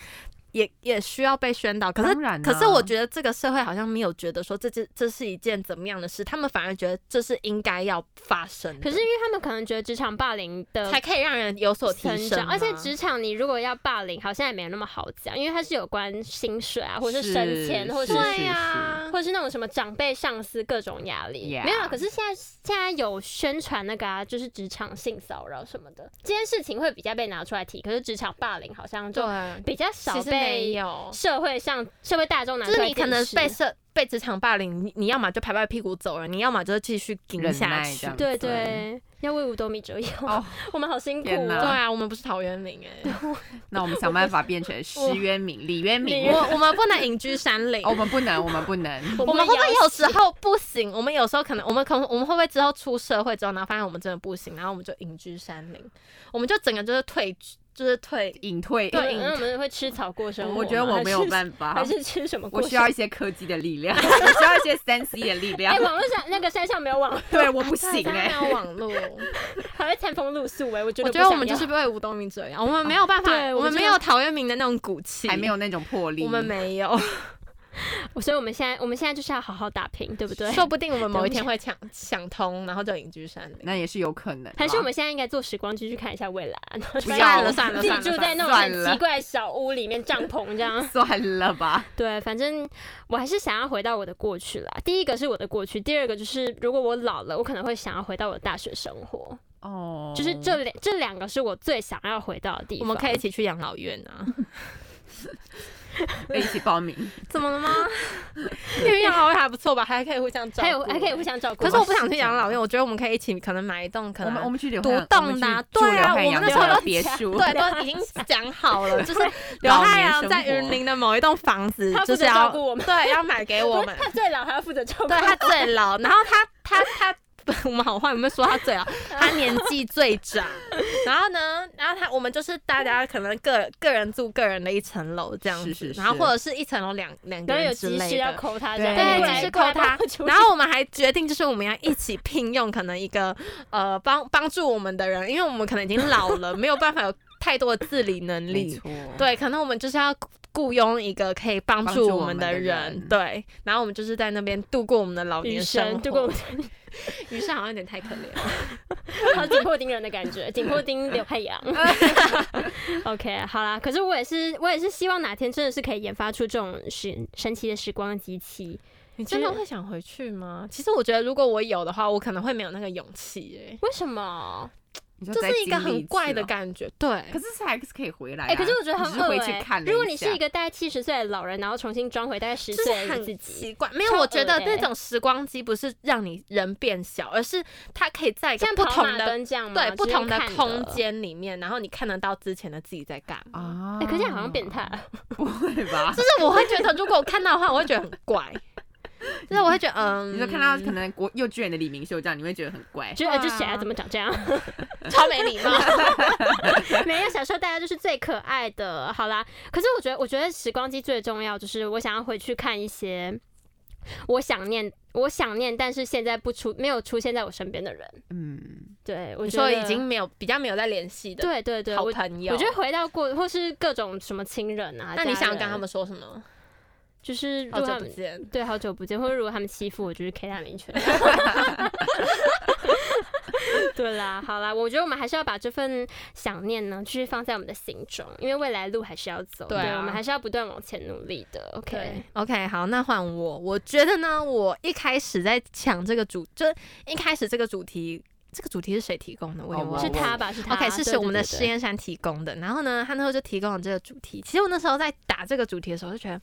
A: 也也需要被宣导。可是
B: 当、然
A: 可是
B: 啊
A: 我觉得这个社会好像没有觉得说这这这是一件怎么样的事，他们反而觉得这是应该要发生的，
C: 可是因为他们可能觉得职场霸凌的
A: 才可以让人有所提
C: 成
A: 升
C: 长，
A: 啊。
C: 而且职场你如果要霸凌，好像也没有那么好讲，因为它是有关薪水啊，或者是升迁，
B: 是
C: 或者
B: 是
C: 是。
A: 对啊呀、
C: 或者是那种什么长辈、上司各种压力
B: Yeah
C: 没有啊。可是现在现在有宣传那个啊，就是职场性骚扰什么的，这件事情会比较被拿出来提。可是职场霸凌好像就
A: 对，
C: 比较
A: 其
C: 少
A: 实没
C: 被
A: 有，
C: 社会上社会大众拿
A: 就
C: 出
A: 是
C: 来
A: 你
C: 解释。
A: 可能被社被职场霸凌，你你要么就拍拍屁股走人，你要么就是继续顶
B: 忍
A: 下
B: 耐
A: 去
B: 这。样
C: 对
B: 子
C: 对，要为五斗米折腰，
B: 哦
C: 我们好辛苦
B: 天
A: 对
B: 哪
C: 哦。
A: 啊，我们不是陶渊明哎、
B: 那我们想办法变成石渊明、李渊明。
A: [laughs] 我我们不能隐居山林
B: 哦，我们不能，我们不能。
A: [laughs] 我们会不会
C: 要
A: 有时候不行？我们有时候可能，我们可能我们会不会之后出社会之后，然后发现我们真的不行，然后我们就隐居山林，我们就整个就是退，就是退。
B: 隐退，
A: 对
C: 对，那我们会吃草过生活吗。
B: 我觉得我没有
C: 法， [laughs]
B: 办法
C: 还，是吃什么过
B: 我
C: 生活？
B: 需要一些科技的力
A: [laughs]
B: 量，我需要一些三 C 的力量
C: 哎，。网络上那个山上没有网，
B: 对，我不行
A: 对啊
B: 哎。
A: 没有网络， [laughs]
C: 还会餐风露宿哎，我觉得
A: 欸我
C: 不
A: 觉得我们
C: 想
A: 就是
C: 要
A: 被吴东明这啊样，我们没有办法
C: 对，我
A: 我们
C: 们
A: 没
C: 真的
A: 有陶渊明的那种骨气，
B: 还没，有那种魄力，
A: 我们没有。
C: 所以我们现在我们现在就是要好好打拼，对不对？
A: 说不定我们某一天会想想通，然后就隐居山林。
B: 那也是有可能。
C: 还是我
B: 们
C: 们现在应该坐时光机去看一下未来啊，然后
B: 不要
A: 算了算了
C: 自己
A: 算
C: 住
A: 了，
C: 在那种
B: 算
C: 很
B: 了
C: 奇怪的小屋里面，帐篷这样。
B: 算了吧，
C: [laughs] 对，反正我还是想要回到我的过去啦。第一个是我的过去，第二个就是如果我老了，我可能会想要回到我的大学生活。
B: [laughs] 哦，
C: 就是这两这两个是我最想要回到的地
A: 我
C: 方。
A: 们可以一起去养老院啊？
B: 一起报 [laughs] 名，
A: [laughs] 怎么了吗？ [laughs] 因为养老院还不错吧，还可以互相照顾，
C: 还有还可以互。相照顾。
A: 可是我不想去养老院，我觉得我们可以一起，可能买一栋，可
B: 我
A: 能
B: 们我们啊去留
A: 独
B: 汉
A: 栋的啊
B: 我们去住
A: 对啊
B: 刘汉
A: 我们
B: 阳
A: 那时候
B: 的
A: 都
B: 别墅，
A: [laughs] 对，啊都已经讲好 [laughs] 了，就是刘
B: 老
A: 汉
B: 年
A: 阳
B: 生
A: 在
B: 活
A: 云林的某一栋房子
C: 他，负责
A: 就是
C: 照
A: 要
C: 顾我们
A: 对，要买给我们。
C: 他最老还要负责照顾。
A: 对他最老，然后他他他，我们好坏有没有说他最老？他年纪最长，然后呢，然后他我们就是大家可能个个人住个人的一层楼这样子，
B: 是是是
A: 然后或者是一层楼两两个
C: 然后有
A: 人之
C: 急事
A: 类
C: 要
A: 的。
C: 扣他这样，
B: 对
C: 哎
A: 对，
C: 过
A: 就
C: 来
A: 是
C: 过
A: 扣
C: 来
A: 他
C: 帮我处，理
A: 然后我们还决定，就是我们要一起聘用可能一个呃帮帮助我们的人，因为我们可能已经老了，没有办法有太多的自理能
B: 没
A: 力。
B: 错，
A: 嗯对，可能我们就是要雇佣一个可以帮
B: 帮
A: 助
B: 助
A: 我
B: 我
A: 们
B: 们的
A: 人，
B: 人
A: 对，然后我们就是在那边度过我们的老
C: 女
A: 年生活。
C: 生度过
A: 余生好像有点太可怜
B: [laughs]
A: 了。
C: 好紧迫盯人的感觉，紧迫盯刘海洋。OK，好啦，可是我也是，我也是希望哪天真的是可以研发出这种神神奇的时光机器。
A: 你真的会想回去吗？其实我觉得，如果我有的话，我可能会没有那个勇气、欸。
C: 为什么？
B: 你说
A: 这
B: 再
A: 是一个
B: 经历
A: 很怪的
B: 次哦。
A: 感觉。对，
B: 可是还是可以回来啊，
C: 哎、可是我觉得
B: 你
C: 很
B: 只
C: 恶
B: 是回
C: 欸
B: 去看了
C: 如果你
B: 一
C: 是
B: 下
C: 一个大概七十岁的老人，然后重新装回大概十
A: 就是
C: 岁的
A: 很
C: 自己，
A: 奇怪。没有，
C: 超
A: 我觉得
C: 恶欸的
A: 那种时光机不是让你人变小，而是它可以在一个
C: 像
A: 不
C: 跑
A: 同
C: 马
A: 的
C: 灯这样吗？
A: 对
C: 就是
A: 不同的
C: 看
A: 空。间里面，然后你看得到之前的自己在干嘛。
B: 啊
C: 哎、可是好像变态，
B: [laughs] 不会吧？
A: 就是我会觉得，如果我看到的话，我会觉得很
C: [laughs]
A: 怪。就是我会觉得，嗯，
B: 你就看到可能国幼稚园的李明秀这样，你会觉得很怪。
C: 觉得这谁啊？怎么长这样？
A: 超没礼貌。
C: [laughs] 没有，小时候大家就是最可爱的。好啦，可是我觉得，我觉得时光机最重要，就是我想要回去看一些我想念、我想念，但是现在不出没有出现在我身边的人。
B: 嗯，
C: 对，我
A: 你
C: 觉
A: 说
C: 得
A: 已经没有比较没有在联系的
C: 对对对，
A: 好
C: 我
A: 朋友，
C: 我觉得回到过或是各种什么亲人啊，
A: 那你
C: 家
A: 想要跟
C: 人
A: 他们哦说什么？
C: 就是如
A: 好
C: 果他
A: 久不
C: 们
A: 见，
C: 对，好久不见，或者如果他们欺负我，就是 K 他们
A: [laughs]
C: 一拳。对啦，好啦，我觉得我们还是要把这份想念呢，继续放在我们的心中，因为未来路还是要走，
A: 对啊
C: 我们还是要不断往前努力的。OK，
A: ，OK，好，那换我。我觉得呢，我一开始在抢这个主，就是一开始这个主题，这个主题是谁提供的？我也
B: 哦
A: 忘
B: 我
A: 了。
C: 是他吧？是他
A: OK，是
C: 对
A: 是我们的
C: 对对
A: 实验山提供的。然后呢，他那时候就提供了这个主题。其实我那时候在打这个主题的时候，就觉得。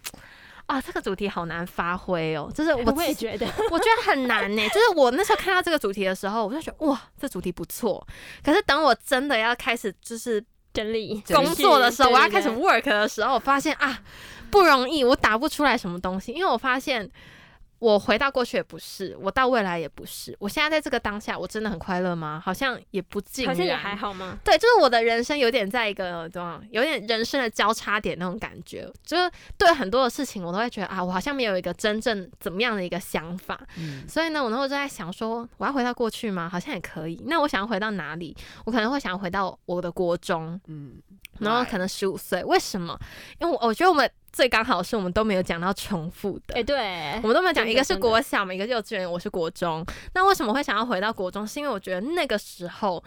A: 啊，这个主题好难发挥哦，就是我
C: 对 [laughs] 我也觉得，
A: 我觉得很难呢、就是我那时候看到这个主题的时候，我就觉得哇，这主题不错。可是等我真的要开始就是
C: 整理
B: 整
A: 工作的时候，我要开始
C: 对
A: work 的时候，我发现啊不容易，我打不出来什么东西，因为我发现我回到过去也不是，我到未来也不是，我现在在这个当下，我真的很快乐吗？好像也不尽
C: 对
A: 然，
C: 好像也还好吗？
A: 对，就是我的人生有点在一个怎么样，有点人生的交叉点那种感觉，就是对很多的事情我都会觉得啊，我好像没有一个真正怎么样的一个想法，
B: 嗯
A: 所以呢，我那时候就在想说，我要回到过去吗？好像也可以。那我想要回到哪里？我可能会想要回到我的国中，
B: 嗯，
A: 然后
B: Right
A: 可能十五岁。为什么？因为我我觉得我们最刚好是我们都没有讲到重复的。
C: 哎，对
A: 我，们都没有讲，
C: 真的
A: 一个是
C: 真的
A: 国小嘛，一个是幼稚园，我是国中。那为什么会想要回到国中？是因为我觉得那个时候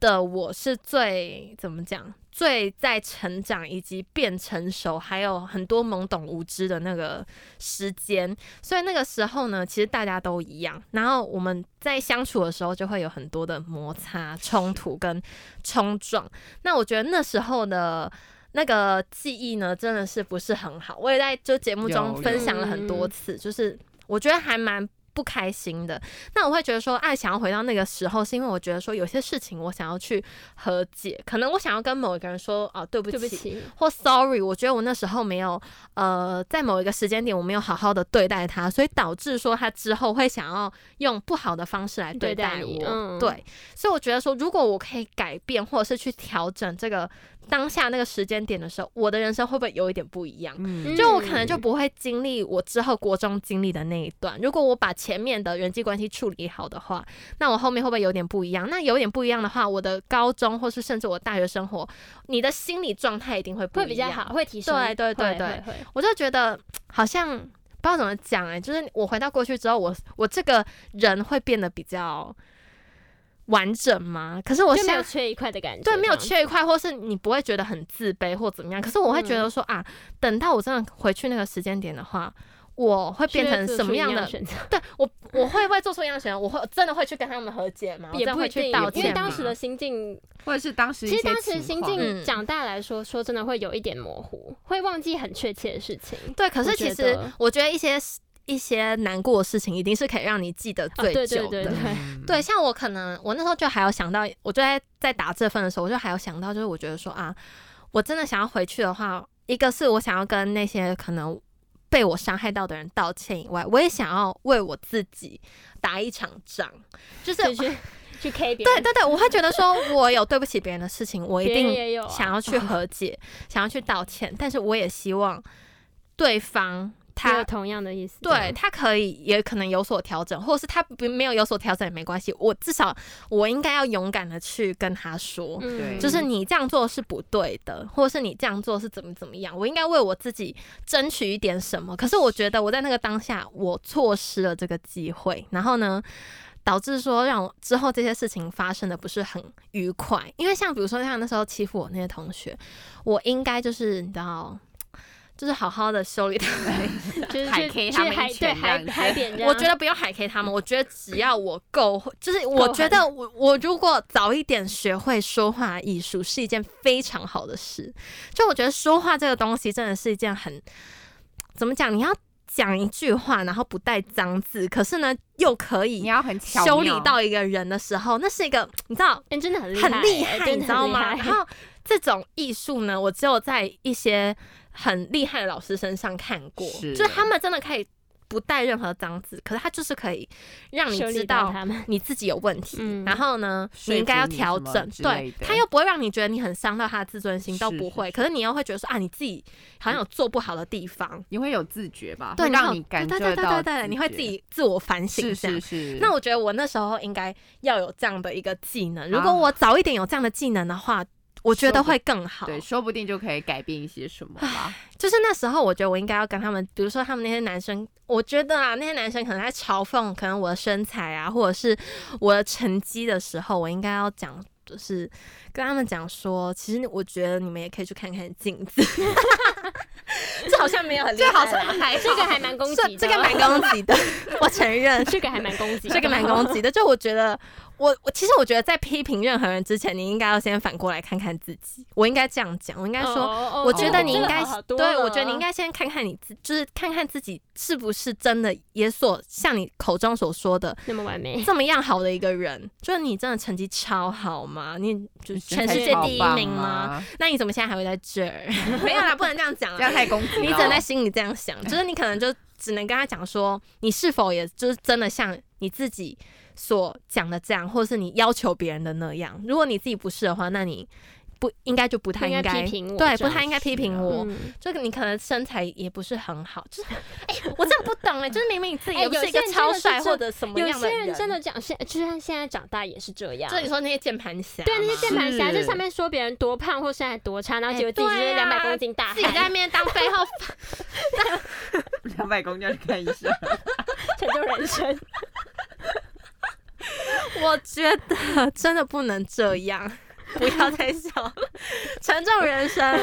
A: 的我是最怎么讲，最在成长以及变成熟，还有很多懵懂无知的那个时间。所以那个时候呢，其实大家都一样。然后我们在相处的时候，就会有很多的摩擦、冲突跟冲撞。那我觉得那时候的。那个记忆呢，真的是不是很好。我也在就节目中
B: 有
A: 分
B: 有
A: 享了很多次，就是我觉得还蛮不开心的。那我会觉得说，哎，想要回到那个时候，是因为我觉得说有些事情我想要去和解，可能我想要跟某一个人说，哦，对不
C: 对不
A: 起，
C: 起，
A: 或 sorry，我觉得我那时候没有，呃，在某一个时间点我没有好好的对待他，所以导致说他之后会想要用不好的方式来
C: 对待
A: 待我。
C: 你嗯
A: 对，所以我觉得说，如果我可以改变或者是去调整这个当下那个时间点的时候，我的人生会不会有一点不一样？
B: 嗯
A: 就我可能就不会经历我之后国中经历的那一段。如果我把前面的人际关系处理好的话，那我后面会不会有点不一样？那有点不一样的话，我的高中或是甚至我大学生活，你的心理状态一定会不
C: 会
A: 一
C: 比较
A: 样
C: 好，。会提升，
A: 对对对
C: 会
A: 对，
C: 会会
A: 我就觉得好像不知道怎么讲哎、就是我回到过去之后，我我这个人会变得比较完整吗？可是我
C: 就
A: 现
C: 没有
A: 在
C: 缺一块的感觉。嗯
A: 对没有
C: 这样
A: 缺一块，或是你不会觉得很自卑或怎么样。可是我会觉
C: 嗯
A: 得说、啊，等到我真的回去那个时间点的话，我会变成什么样的？
C: 选择？
A: 对
C: [laughs]
A: 我我会不会做出一样的选择？我会真的会去跟他们和解吗？我
C: 也
A: 真的
C: 不一
A: 会
C: 定
A: 去道，
C: 因
A: 歉
C: 为
A: 吗
C: 当时的心境，
B: 或者是当时一
C: 其实
B: 些
C: 当时心
B: 况
A: 嗯
C: 境长大来说，说真的会有一点模糊，会忘记很确切的事情。
A: 对，可
C: 我
A: 是
C: 觉
A: 其实
C: 得
A: 我觉得一些一些难过的事情，一定是可以让你记得
C: 啊
A: 最
C: 对对
A: 久的。
C: 对对
B: 嗯
A: 对，像我可能我那时候就还有想到，我就在在打这份的时候，我就还有想到，就是我觉得说啊，我真的想要回去的话，一个是我想要跟那些可能被我伤害到的人道歉以外，我也想要为我自己打一场仗，就是
C: 所以去去 K 别
A: 对
C: 人，
A: 对对，我会觉得
C: [laughs]
A: 说我有对不起别人的事情，我一
C: 别人
A: 定
C: 也有啊
A: 想要去和解，想要去道歉，但是我也希望对方
C: 也有
A: 他。
C: 同样的意思。
A: 对他可以，也可能有所调整，或者是他不没有有所调整也没关系。我至少我应该要勇敢的去跟他说，
C: 嗯，
B: 对
A: 就是你这样做是不对的，或者是你这样做是怎么怎么样。我应该为我自己争取一点什么。可是我觉得我在那个当下，我错失了这个机会，然后呢，导致说让我之后这些事情发生的不是很愉快。因为像比如说像那时候欺负我那些同学，我应该就是你知道。就是好好的修理他们，
C: 就是
B: 海
C: 去
B: K
C: 去
B: 他们一
C: 海对
B: 拳这
C: 海
B: 样子
C: 海扁这样，
A: 我觉得不用海 K 他们，我觉得只要我够，就是我觉得我我如果早一点学会说话艺术是一件非常好的事。就我觉得说话这个东西真的是一件很怎么讲，你要讲一句话，然后不带脏字，可是呢又可
B: 你
A: 以
B: 要很巧
A: 修理
B: 妙
A: 到一个人的时候，那是一个你知道
C: 哎真的很
A: 很厉
C: 害，
A: 害，
C: 真
A: 你
C: 的
A: 知道
C: 很厉
A: 吗？
C: 害
A: 然后这种艺术呢，我只有在一些很厉害的老师身上看过，
B: 是
A: 就是他们真的可以不带任何脏字，可是他就是可以让你
C: 修理
A: 知
C: 到
A: 道
C: 他们，
A: 你自己有问题，
C: 嗯
A: 然后呢，
B: 说
A: 你应该
B: 服
A: 要
B: 你
A: 调
B: 什么
A: 整。
B: 之类
A: 对
B: 的，
A: 他又不会让你觉得你很伤到他的自尊心，
B: 是
A: 都不会。
B: 是
A: 可是你又会觉得说啊，你自己好像有做不好的地方，
B: 你会有自觉吧？
A: 对，
B: 会
A: 好
B: 让你感受
A: 对
B: 到
A: 对对对对
B: 自
A: 对，你会
B: 觉
A: 自己自我反省
B: 是
A: 这样
B: 是。是。
A: 那我觉得我那时候应该要有这样的一个技
C: 啊
A: 能。如果我早一点有这样的技能的话，我觉得会更好。
B: 对，说不定就可以改变一些什么吧。
A: 就是那时候，我觉得我应该要跟他们，比如说他们那些男生，我觉得啊，那些男生可能在嘲讽可能我的身材啊，或者是我的成绩的时候，我应该要讲。就是跟他们讲说，其实我觉得你们也可以去看看镜子，这好像没有很厉害啦，
B: 还
C: 这个还蛮 [laughs] 攻击
A: 这
C: 的，
A: 这个蛮攻击的， [laughs] 我承认。
C: 这个还蛮攻击
A: [laughs]
C: 的，
A: 这个蛮攻击的。就我觉得，我我其实我觉得，在批评任何人之前，你应该要先反过来看看自己。我应该这样讲，我应该说，
C: 哦，
A: 我觉得你
C: 这
A: 应
C: 个
A: 该，
C: 好多
A: 对
C: 了
A: 我觉得你应该先看看你自，就是看看自己是不是真的也所像你口中所说的。
C: 那么完美，
A: 这么样好的一个人，就是你真的成绩超好吗？你就是全世界
C: 好
A: 第一名吗？？那你怎么现在还会在这儿？ [laughs] 没有啦，不能这样讲啦
B: 这样太攻击了。哦
A: 你只能在心里这样想，就是你可能就只能跟他讲说，你是否也就是真的像你自己所讲的这样，或者是你要求别人的那样。如果你自己不是的话，那你不应该就不太
C: 不应
A: 应
C: 该
A: 该
C: 批评我
A: 对，
C: 这
A: 不
C: 样
A: 太应该批评我。
C: 嗯
A: 就你可能身材也不是很好，就是 [laughs] 哎、我真的不懂哎、就是明明你自己
C: 哎
A: 也不
C: 有
A: 是一个
C: 些人真
A: 超
C: 的是
A: 帅
C: 这
A: 或者什么
C: 有
A: 样的
C: 些
A: 人，
C: 人真的讲，现就算现在长大也是这样，
A: 就你说那些键盘侠嘛，
C: 对那些键盘侠，
B: 是
C: 就上面说别人多胖或身材多差，然后
A: 哎
C: 结果自己就
A: 对
C: 是
A: 啊
C: 两百公斤大
A: 自己在
C: 汉，
A: 那边 [laughs] 当背后
B: 两百公斤去看医生，
C: 成就人生。
A: [laughs] 我觉得真的不能这样，不要再笑了。沉重人
C: [laughs]
A: 生，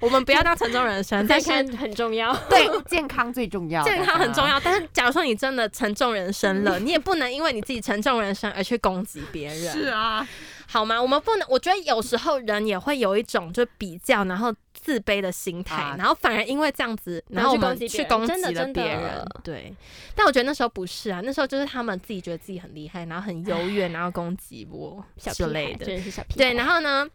A: 我们不要当沉重人生，但
C: 再
A: 是
C: 看啊很重要，
B: [laughs] 对，健康最重要，
A: 健康很重
B: 大家。
A: 要。但是假如说你真的沉重人生了，你也不能因为你自己沉重人生而去攻击别人，
B: 是啊，
A: 好吗？我们不能，我觉得有时候人也会有一种就比较，然后自卑的心态，
B: 啊
A: 然后反而因为这样子，然后我们去攻击
C: 然后去
A: 了别
C: 攻击别人真的
A: 人
C: 真的。
A: 对，但我觉得那时候不是啊，那时候就是他们自己觉得自己很厉害，然后很优
C: [sighs]
A: 越，然后攻击我
C: 小屁
A: 之类
C: 孩
A: 的。
C: 真的是小屁孩。
A: 对，然后呢，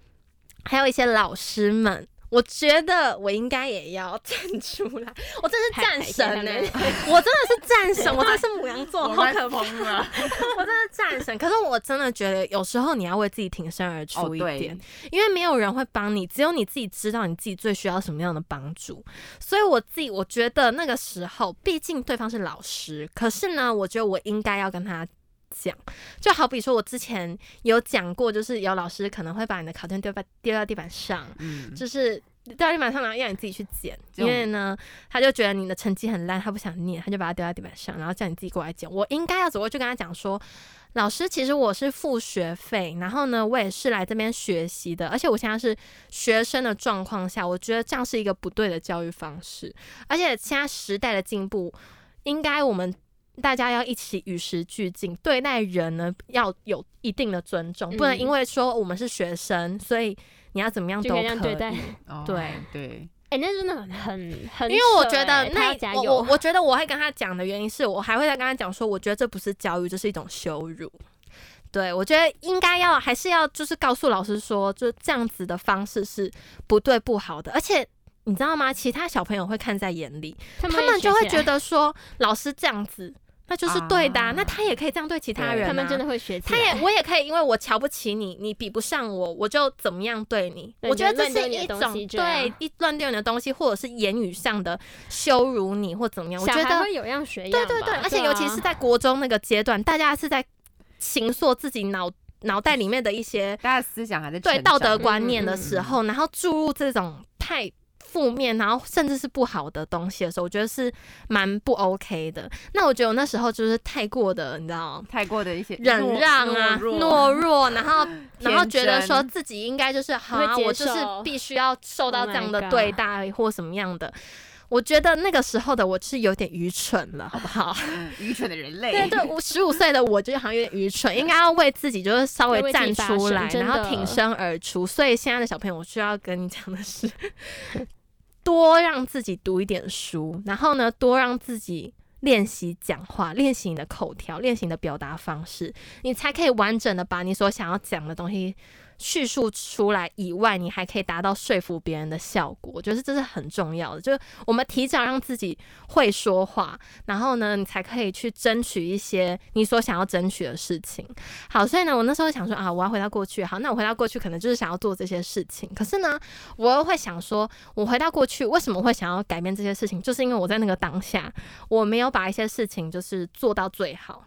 A: 还有一些老师们，我觉得我应该也要站出来，我真是
C: 拍
A: 战
C: 拍一
A: 神
C: 下
A: 呢、
C: 他们
A: 我真的是战神，我真的是母羊
C: [laughs]
A: 座，
B: 我
A: 好
B: 快
A: 可怕，
B: 疯了。
A: [laughs] 我真的是战神。可是我真的觉得有时候你要为自己挺身而
B: 哦
A: 出一
B: 对
A: 点，因为没有人会帮你，只有你自己知道你自己最需要什么样的帮助。所以我自己我觉得那个时候，毕竟对方是老师，可是呢，我觉得我应该要跟他。讲，就好比说，我之前有讲过，就是有老师可能会把你的考卷丢到丢到地板上，
B: [laughs] 嗯，
A: 就是掉地板上，然后让你自己去捡，
B: 这
A: 因
B: 种
A: 为呢，他就觉得你的成绩很烂，他不想念，他就把它丢在地板上，然后叫你自己过来捡。我应该要走过去跟他讲说，老师，其实我是付学费，然后呢，我也是来这边学习的，而且我现在是学生的状况下，我觉得这样是一个不对的教育方式，而且现在时代的进步，应该我们。大家要一起与时俱进，对待人呢要有一定的尊重，不能
C: 嗯
A: 因为说我们是学生，所以你要怎么样
C: 就
A: 都
C: 可
A: 可
C: 以
A: 以
C: 这样对待。
B: 哦
A: 对
B: 对，
C: 哎、那真的很很很扯欸，
A: 因为我觉得
C: 他
A: 那
C: 要加
A: 我
C: 油
A: 我我觉得我会跟他讲的原因是我还会再跟他讲说，我觉得这不是教育，这是一种羞辱。对，我觉得应该要还是要就是告诉老师说，就这样子的方式是不对不好的，而且。你知道吗？其他小朋友会看在眼里，
C: 他
A: 他们就会觉
C: 得
A: 得说，老师这样子，那就是对的啊、
B: 啊
A: 那他也可以这样对其他
B: 对
A: 人、啊。
C: 他们真的会学起
A: 他
C: 来，
A: 也我也可以，因为我瞧不起你，你比不上我，我就怎么样对你。
C: 对
A: 我觉得这
C: 你就
A: 是
C: 乱丢
A: 一
C: 你的
A: 种
C: 东西这样
A: 对一乱丢你的东西，或者是言语上的羞辱你或怎么样。我
C: 小
A: 觉
C: 孩
A: 得
C: 会有样学样
A: 对
C: 吧，
A: 对对，而且
C: 啊
A: 尤其是在国中那个阶段，大家是在形塑自己脑脑袋里面的一些
B: 大家思想还在
A: 对
B: 成
A: 道
B: 长
C: 嗯
A: 德
B: 中
A: 观念的时候，然后注入这种太负面，然后甚至是不好的东西的时候，我觉得是蛮不 OK 的。那我觉得我那时候就是太过的，你知道。
B: 太过的一些
A: 忍
B: 懦
A: 让啊，
B: 懦弱
A: 懦弱，然
C: [laughs]
A: 后然后
B: 天
A: 觉得
B: 真
A: 说自己应该就是好啊，
C: 会接
A: 我就是
C: 受
A: 必须要受到
C: Oh
A: 这
C: my
A: 样的
C: God
A: 对待或什么样的。我觉得那个时候的我是有点愚蠢了，好不好？
B: 愚蠢的人
A: 对
B: 类。
A: 对，我十五岁的我就好像有点愚蠢，应该要为自己就是稍
C: 要为
A: 微
C: 自己
A: 站
C: 发
A: 出
C: 声
A: 来，
C: 真
A: 然后
C: 的
A: 挺身而出。所以现在的小朋友，我需要跟你讲的是，多让自己读一点书，然后呢，多让自己。练习讲话，练习你的口条，练习你的表达方式，你才可以完整的把你所想要讲的东西叙述出来。以外，你还可以达到说服别人的效果。我觉得这是很重要的，就是我们提早让自己会说话，然后呢，你才可以去争取一些你所想要争取的事情。好，所以呢，我那时候想说啊，我要回到过去。好，那我回到过去可能就是想要做这些事情。可是呢，我又会想说，我回到过去为什么会想要改变这些事情？就是因为我在那个当下，我没有把一些事情就是做到最好。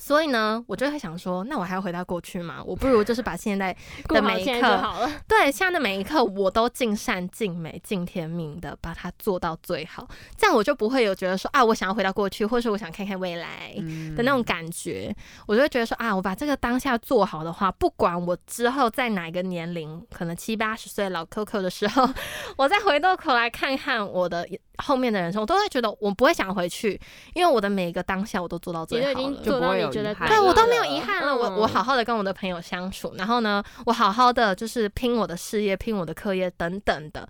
A: 所以呢，我就会想说，那我还要回到过去吗？我不如就是把现在
C: [laughs] 过
A: 的
C: 好
A: 每一
C: 现在
A: 刻
C: 就好了，
A: 对，现在的每一刻我都尽善尽美、尽天命的把它做到最好，这样我就不会有觉得说啊，我想要回到过去，或是我想看看未来
B: 嗯
A: 的那种感觉。我就会觉得说啊，我把这个当下做好的话，不管我之后在哪个年龄，可能七八十岁老 Coco 的时候， [laughs] 我再回过头来看看我的后面的人生，我都会觉得我不会想回去，因为我的每一个当下我都做到
C: 你
A: 最
C: 都
A: 好
C: 已
A: 了。
C: 经
B: 就
C: 做
B: 不
C: 到
B: 会
C: 你
B: 有
C: 觉
B: 遗
C: 得
B: 憾
C: 对
A: 对我
C: 了
A: 都没有遗憾了，我我
C: 嗯
A: 好好的跟我的朋友相处，然后呢，我好好的就是拼我的事业、拼我的课业等等的，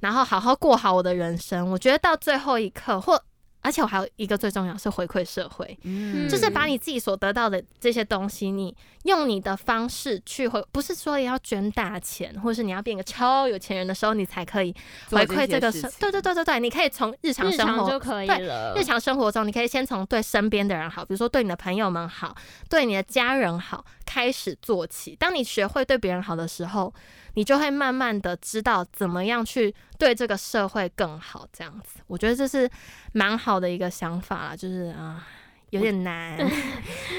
A: 然后好好过好我的人生。我觉得到最后一刻，或而且我还有一个最重要是回馈社会，
B: 嗯
A: 就是把
C: 嗯
A: 你自己所得到的这些东西，你用你的方式去回，不是说要捐大钱，或是你要变个超有钱人的时候，你才可以
B: 做
A: 回馈这
B: 这
A: 个
B: 些事
A: 社。
B: 情
A: 对对对对对，你可以从日常
C: 日
A: 生活
C: 常就可以
A: 对
C: 了
A: 日。常生活中，你可以先从对身边的人好，比如说对你的朋友们好，对你的家人好，开始做起。当你学会对别人好的时候，你就会慢慢的知道怎么样去对这个社会更好。这样子，我觉得这是蛮好的一个想法啦，就是啊。有点难， [laughs]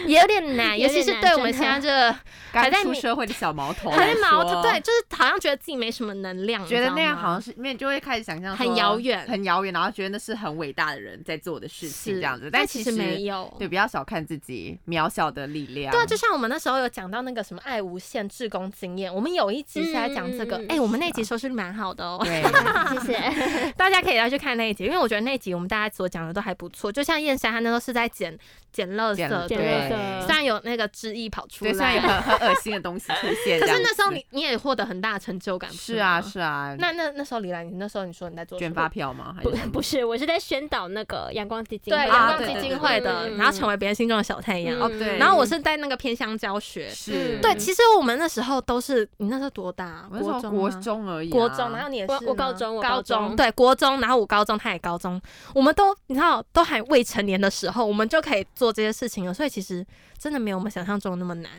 A: 也有点
B: [laughs]
A: 难，尤
C: 有
A: 其
C: 点
A: 是
C: 难
A: 对我们
C: 真的
A: 现在这个还
B: 刚
A: 在
B: 出
A: 你
B: 社会的小毛头
A: 还在
B: 来说，哦
A: 矛盾，对，就是好像觉得自己没什么能量，
B: 觉
A: 你知
B: 得
A: 道
B: 那样
A: 吗
B: 好像是，因为就会开始想象
A: 很
B: 说
A: 遥远
B: 很遥远，然后觉得那是很伟大的人在做的事情
A: 是
B: 这样子，
A: 但
B: 但
A: 其
B: 实
A: 实没有，
B: 对，不要小看自己渺小的力量。
A: 对啊，就像我们那时候有讲到那个什么爱无限志工经验，我们有一集是在讲这个，哎、
C: 嗯
A: 我们那集收视率蛮好的哦， [laughs]
B: 对，
C: 谢谢。
A: 大家可以来去看那一集，因为我觉得那一集我们大家所讲的都还不错。就像燕山，他那时候是在捡捡垃圾
B: 捡
A: 的，
B: 了
C: 捡
B: 对
C: 垃
A: 虽
C: 圾
A: 然有那个汁液跑出
B: 对，虽然有
A: 来， [laughs]
B: 很很恶心的东西出现，
A: 可
B: 这样
A: 是那时候
B: 子
A: 你你也获得很大的成就感，不
B: 是啊
A: 吗
B: 是啊，
A: 那那那时候李兰，你那时候你说你在做什
B: 卷
A: 么
B: 发票吗？还
C: 不
B: 是什么
C: 不是，我是在宣导那个阳光基金
A: 对
C: 会的
A: 阳
B: 啊
A: 光
B: 对
A: 基
B: 对
A: 金
B: 对
A: 会
B: 对
A: 的，
C: 嗯
A: 然后成为别人心中的小太阳。
B: 哦对
A: 然后我是在那个偏乡教学，
B: 是
C: 嗯
A: 对，其实我们那时候都是你那时候多大啊？
B: 我那时候
A: 中
B: 国
A: 国
B: 中而已啊，
A: 国中，然后你也是
C: 我我
A: 吗
C: 高中我
A: 高
C: 高
A: 中
C: 中
A: 对国中，然后我高中，他也高中，我们都你知道都还未成年的时候，我们就可以做这些事情了，所以其实真的没有我们想象中那么难。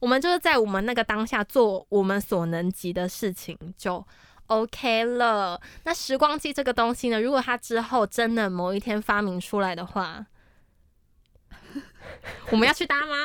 A: 我们就是在我们那个当下做我们所能及的事情就 OK 了。那时光机这个东 [laughs] 西呢，如果它之后真的某一天发明出来的话，我们要去搭 [laughs] 吗？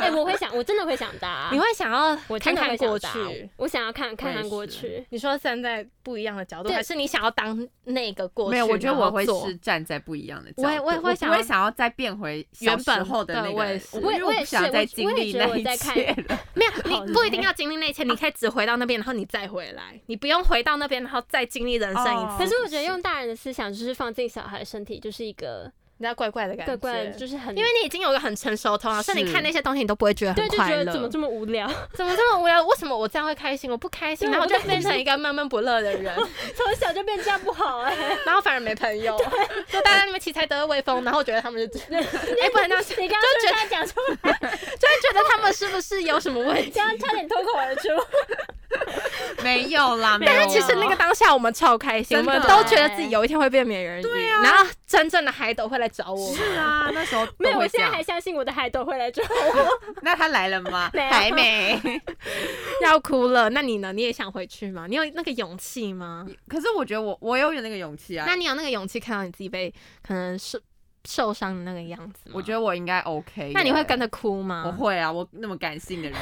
C: 哎、我会想，我真的会想搭，
A: 你会想哦要
C: 我真
A: 看
C: 的会
A: 看
C: 想
A: 过
C: 搭
A: 去？，
C: 我想要看看看过
B: 我也是
C: 去。
A: 你说站在不一样的角度，
C: 对
A: 还是你想要当那个过去？
B: 没有，我觉得
A: 然后
B: 我会
A: 做
B: 是站在不一样的角度，
A: 我也我也会想
B: 我不会想要再变回小
A: 原本
B: 时候的那
A: 对我也
B: 个，
A: 是
B: 因为
C: 我
B: 我
C: 也
B: 不
C: 是
B: 想
C: 我
B: 再
C: 也
B: 经
C: 我也
B: 历
C: 觉得
B: 那
C: 我
B: 一
C: 在看
B: 切了。
A: 没有，
C: 好
A: 你不啊一定
C: 累
A: 要经历那一切，你可以只回到那边，然后你再回来，你不用回到那边，然后再经历人生一
B: 哦
A: 次。
C: 可是我觉得用大人的思想就是放进小孩的身体，就是一个
A: 你知道怪怪的感
C: 怪怪的，
A: 觉，
C: 就是很
A: 因为你已经有一个很成熟的头脑，
B: 是
A: 所以你看那些东西你都不会觉得
C: 对，
A: 很
C: 就
A: 快
C: 觉
A: 乐。
C: 得怎么这么无 [laughs] 聊，
A: 怎么这么无聊？为什么我这样会开心？我不开心，
C: 对
A: 然后
C: 我
A: 就
C: 不开
A: 变
C: 心
A: 成一个闷闷不乐的 [laughs] 人，
C: 从小就变这样不好哎、 [laughs]
A: 然后反而没朋友，就大家那边奇才得威风，然后觉得他们 [laughs] 是，就
C: 哎
A: 不能这 [laughs] 样
C: 你刚刚就这样讲出来，
A: 会觉得他们是不是有什么问题？
C: 刚刚差点脱口而 [laughs] 出。
B: 没
A: [laughs]
B: 有啦，没有。
A: 但是其实那个当下我们超开心，我
B: 真的
A: 们都觉得自己有一天会变美人鱼，
B: 对啊
A: 然后真正的海斗会来找我们。
B: 是啊，那时候
C: 没有，
B: 都
C: 我
B: 会这
C: 现在
B: 样
C: 还相信我的海斗会来 [laughs] 找我。
B: 那他来了吗？
C: 没有
B: 还没。 [laughs]
A: 要哭了，那你呢？你也想回去吗？你有那个勇气吗？
B: 可是我觉得我我有那个勇气啊
A: 那，你有那个勇气看到你自己被可能是受伤的那个样子吗？
B: 我觉得我应该 OK 耶。
A: 那你会跟着哭
C: 嗯
A: 吗？
B: 我会啊，我那么感性
C: [laughs]
B: 的人，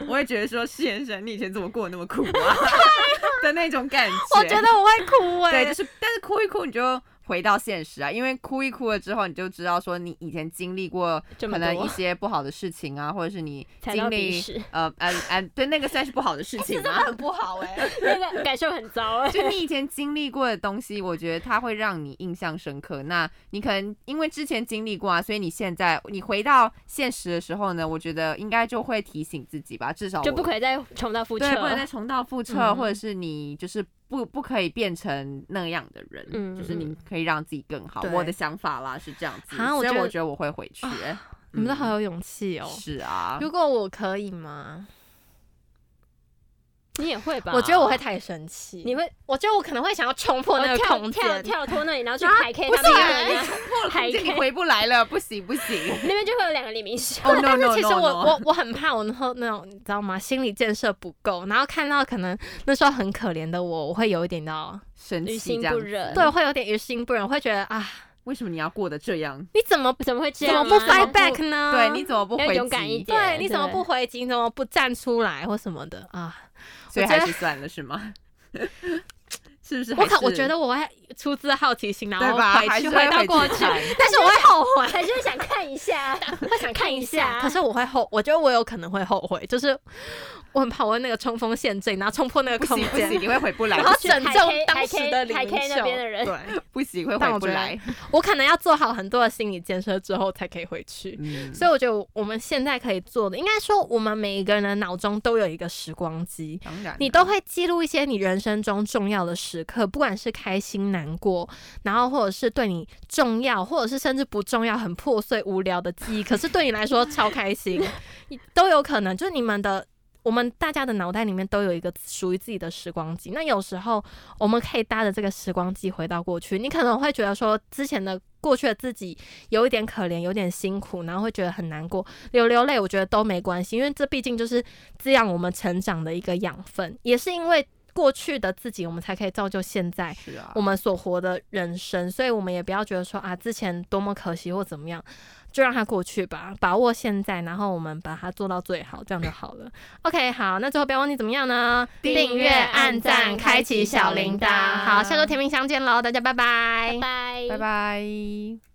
B: 我会觉得说，施先生，你以前怎么过得那么苦
C: [laughs]
B: 啊 [laughs] 的那种感觉。
A: 我觉得我会哭 [laughs] 哎、
B: 对，就是但是哭一哭你就回到现实啊，因为哭一哭了之后，你就知道说你以前经历过
C: 这么
B: 可能
C: 多
B: 一些不好的事情啊，或者是你
C: 踩
B: 经
C: 到鼻
B: 历
C: 屎
B: 呃呃呃，对，那个算是不欸好的事
C: [laughs]
B: 情吗？
A: 很不好哎、
C: 那个感受很糟 [laughs] 哎、
B: 就你以前经历过的东西，我觉得它会让你印象深刻。那你可能因为之前经历过啊，所以你现在你回到现实的时候呢，我觉得应该就会提醒自己吧，至少
C: 就
B: 我
C: 不可以再重蹈覆辙
B: 对，。不能再重
A: [laughs]
B: 蹈覆辙，
A: 嗯
B: 或者是你就是不不可以变成那样的人，
C: 嗯
B: 就是你
A: 嗯
B: 可以让自己更好。
A: 对
B: 我的想法啦是这样子，
A: 啊我
B: 所以
A: 觉得啊
B: 我觉得我会回去、欸
A: [laughs] 你们都好有勇气哦、
B: 是啊，
A: 如果我可以吗？
C: 你也会吧？
A: 我觉得我会，太生气。
C: 你会
A: 我觉得我可能会想要冲破那个
C: 哦跳
A: 空
C: 跳
A: 间。
C: 跳脱那里，然后去
A: 啊
C: 排 K
A: 不
C: 他
A: 是
C: 们
A: 啊
C: 那个人啊，排
B: 这
C: K
B: 你回不来了，不行不行。
A: [laughs]
C: 那边就会有两个黎明秀。
B: 哦、oh, no
C: [laughs]
A: 但
B: no
A: 是其
B: no！
A: 实我
B: no
A: 我我很怕我那时候那种你知道吗？心理建设不够，然后看到可能那时候很可怜的我，我会有一点到，
B: 生
C: 于
B: 气
C: 心
B: 这样
C: 不
B: 子
C: 忍嗯
A: 对，会有点于心不忍，会觉得啊，
B: 为什么你要过得这样？
A: 你怎么
C: 怎么会这
A: 怎
C: 样啊？
A: 么不 fight
B: 不
A: back 呢？
B: 对，你怎么不
C: 要
B: 回
C: 勇敢一
B: 击？
C: 点
A: 对，你怎么
C: 对
A: 不回击？你怎么不站出来或什么的啊？
B: 所以
A: 我觉得
B: 还是算了，是吗？ [laughs] 是不是还
A: 我
B: 是？
A: 可我觉得我会出自好奇心，然
B: 对
A: 后
B: 吧？还
A: 回
B: 是
A: 去
B: 会
A: 回到过
B: 去
A: 去，
B: 看
A: 但是我会后悔。
C: 还是想看一下，会想看一下。
A: 可是我会后，我觉得我有可能会后悔，就是我很怕我会那个冲锋陷阵，然后冲破那
B: [laughs] 不
A: 个空
B: 行不
A: 间
B: 行，，你会回不来
A: [laughs] 然，后
C: 去
A: 拯
C: 海
A: 救
C: K-
A: 当
C: 海
A: 时
C: K-
A: 的李
C: 海 K
A: 明
C: 那
A: 秀
C: 边的人
A: 对，
B: 不行会
A: 但
B: 回
A: 我
B: 不
A: 觉得
B: 来。
A: 我可能要做好很多的心理建设之后才可以回去。
B: 嗯，
A: 所以我觉得我们现在可以做的，应该说我们每一个人的脑中都有一个时光机，
B: 当然
A: 你都会记录一些你人生中重要的时刻，不管是开心、难过，然后或者是对你重要，或者是甚至不重要、很破碎、无聊的记忆，可是对你来说超开心，都有可能。就是你们的，我们大家的脑袋里面都有一个属于自己的时光机。那有时候我们可以搭着这个时光机回到过去，你可能会觉得说之前的。过去的自己有一点可怜，有点辛苦，然后会觉得很难过，流流泪，我觉得都没关系，因为这毕竟就是滋养我们成长的一个养分，也是因为过去的自己，我们才可以造就现在
B: 是啊
A: 我，们所活的人生。所以，我们也不要觉得说啊，之前多么可惜或怎么样，就让它过去吧，把握现在，然后我们把它做到最好，这样就好了。OK，好， [laughs] 那最后不要忘记怎么样呢？
C: 订阅按赞开启小铃铛
A: 好，下周甜蜜相见喽，大家拜拜
C: 拜拜
B: 拜拜。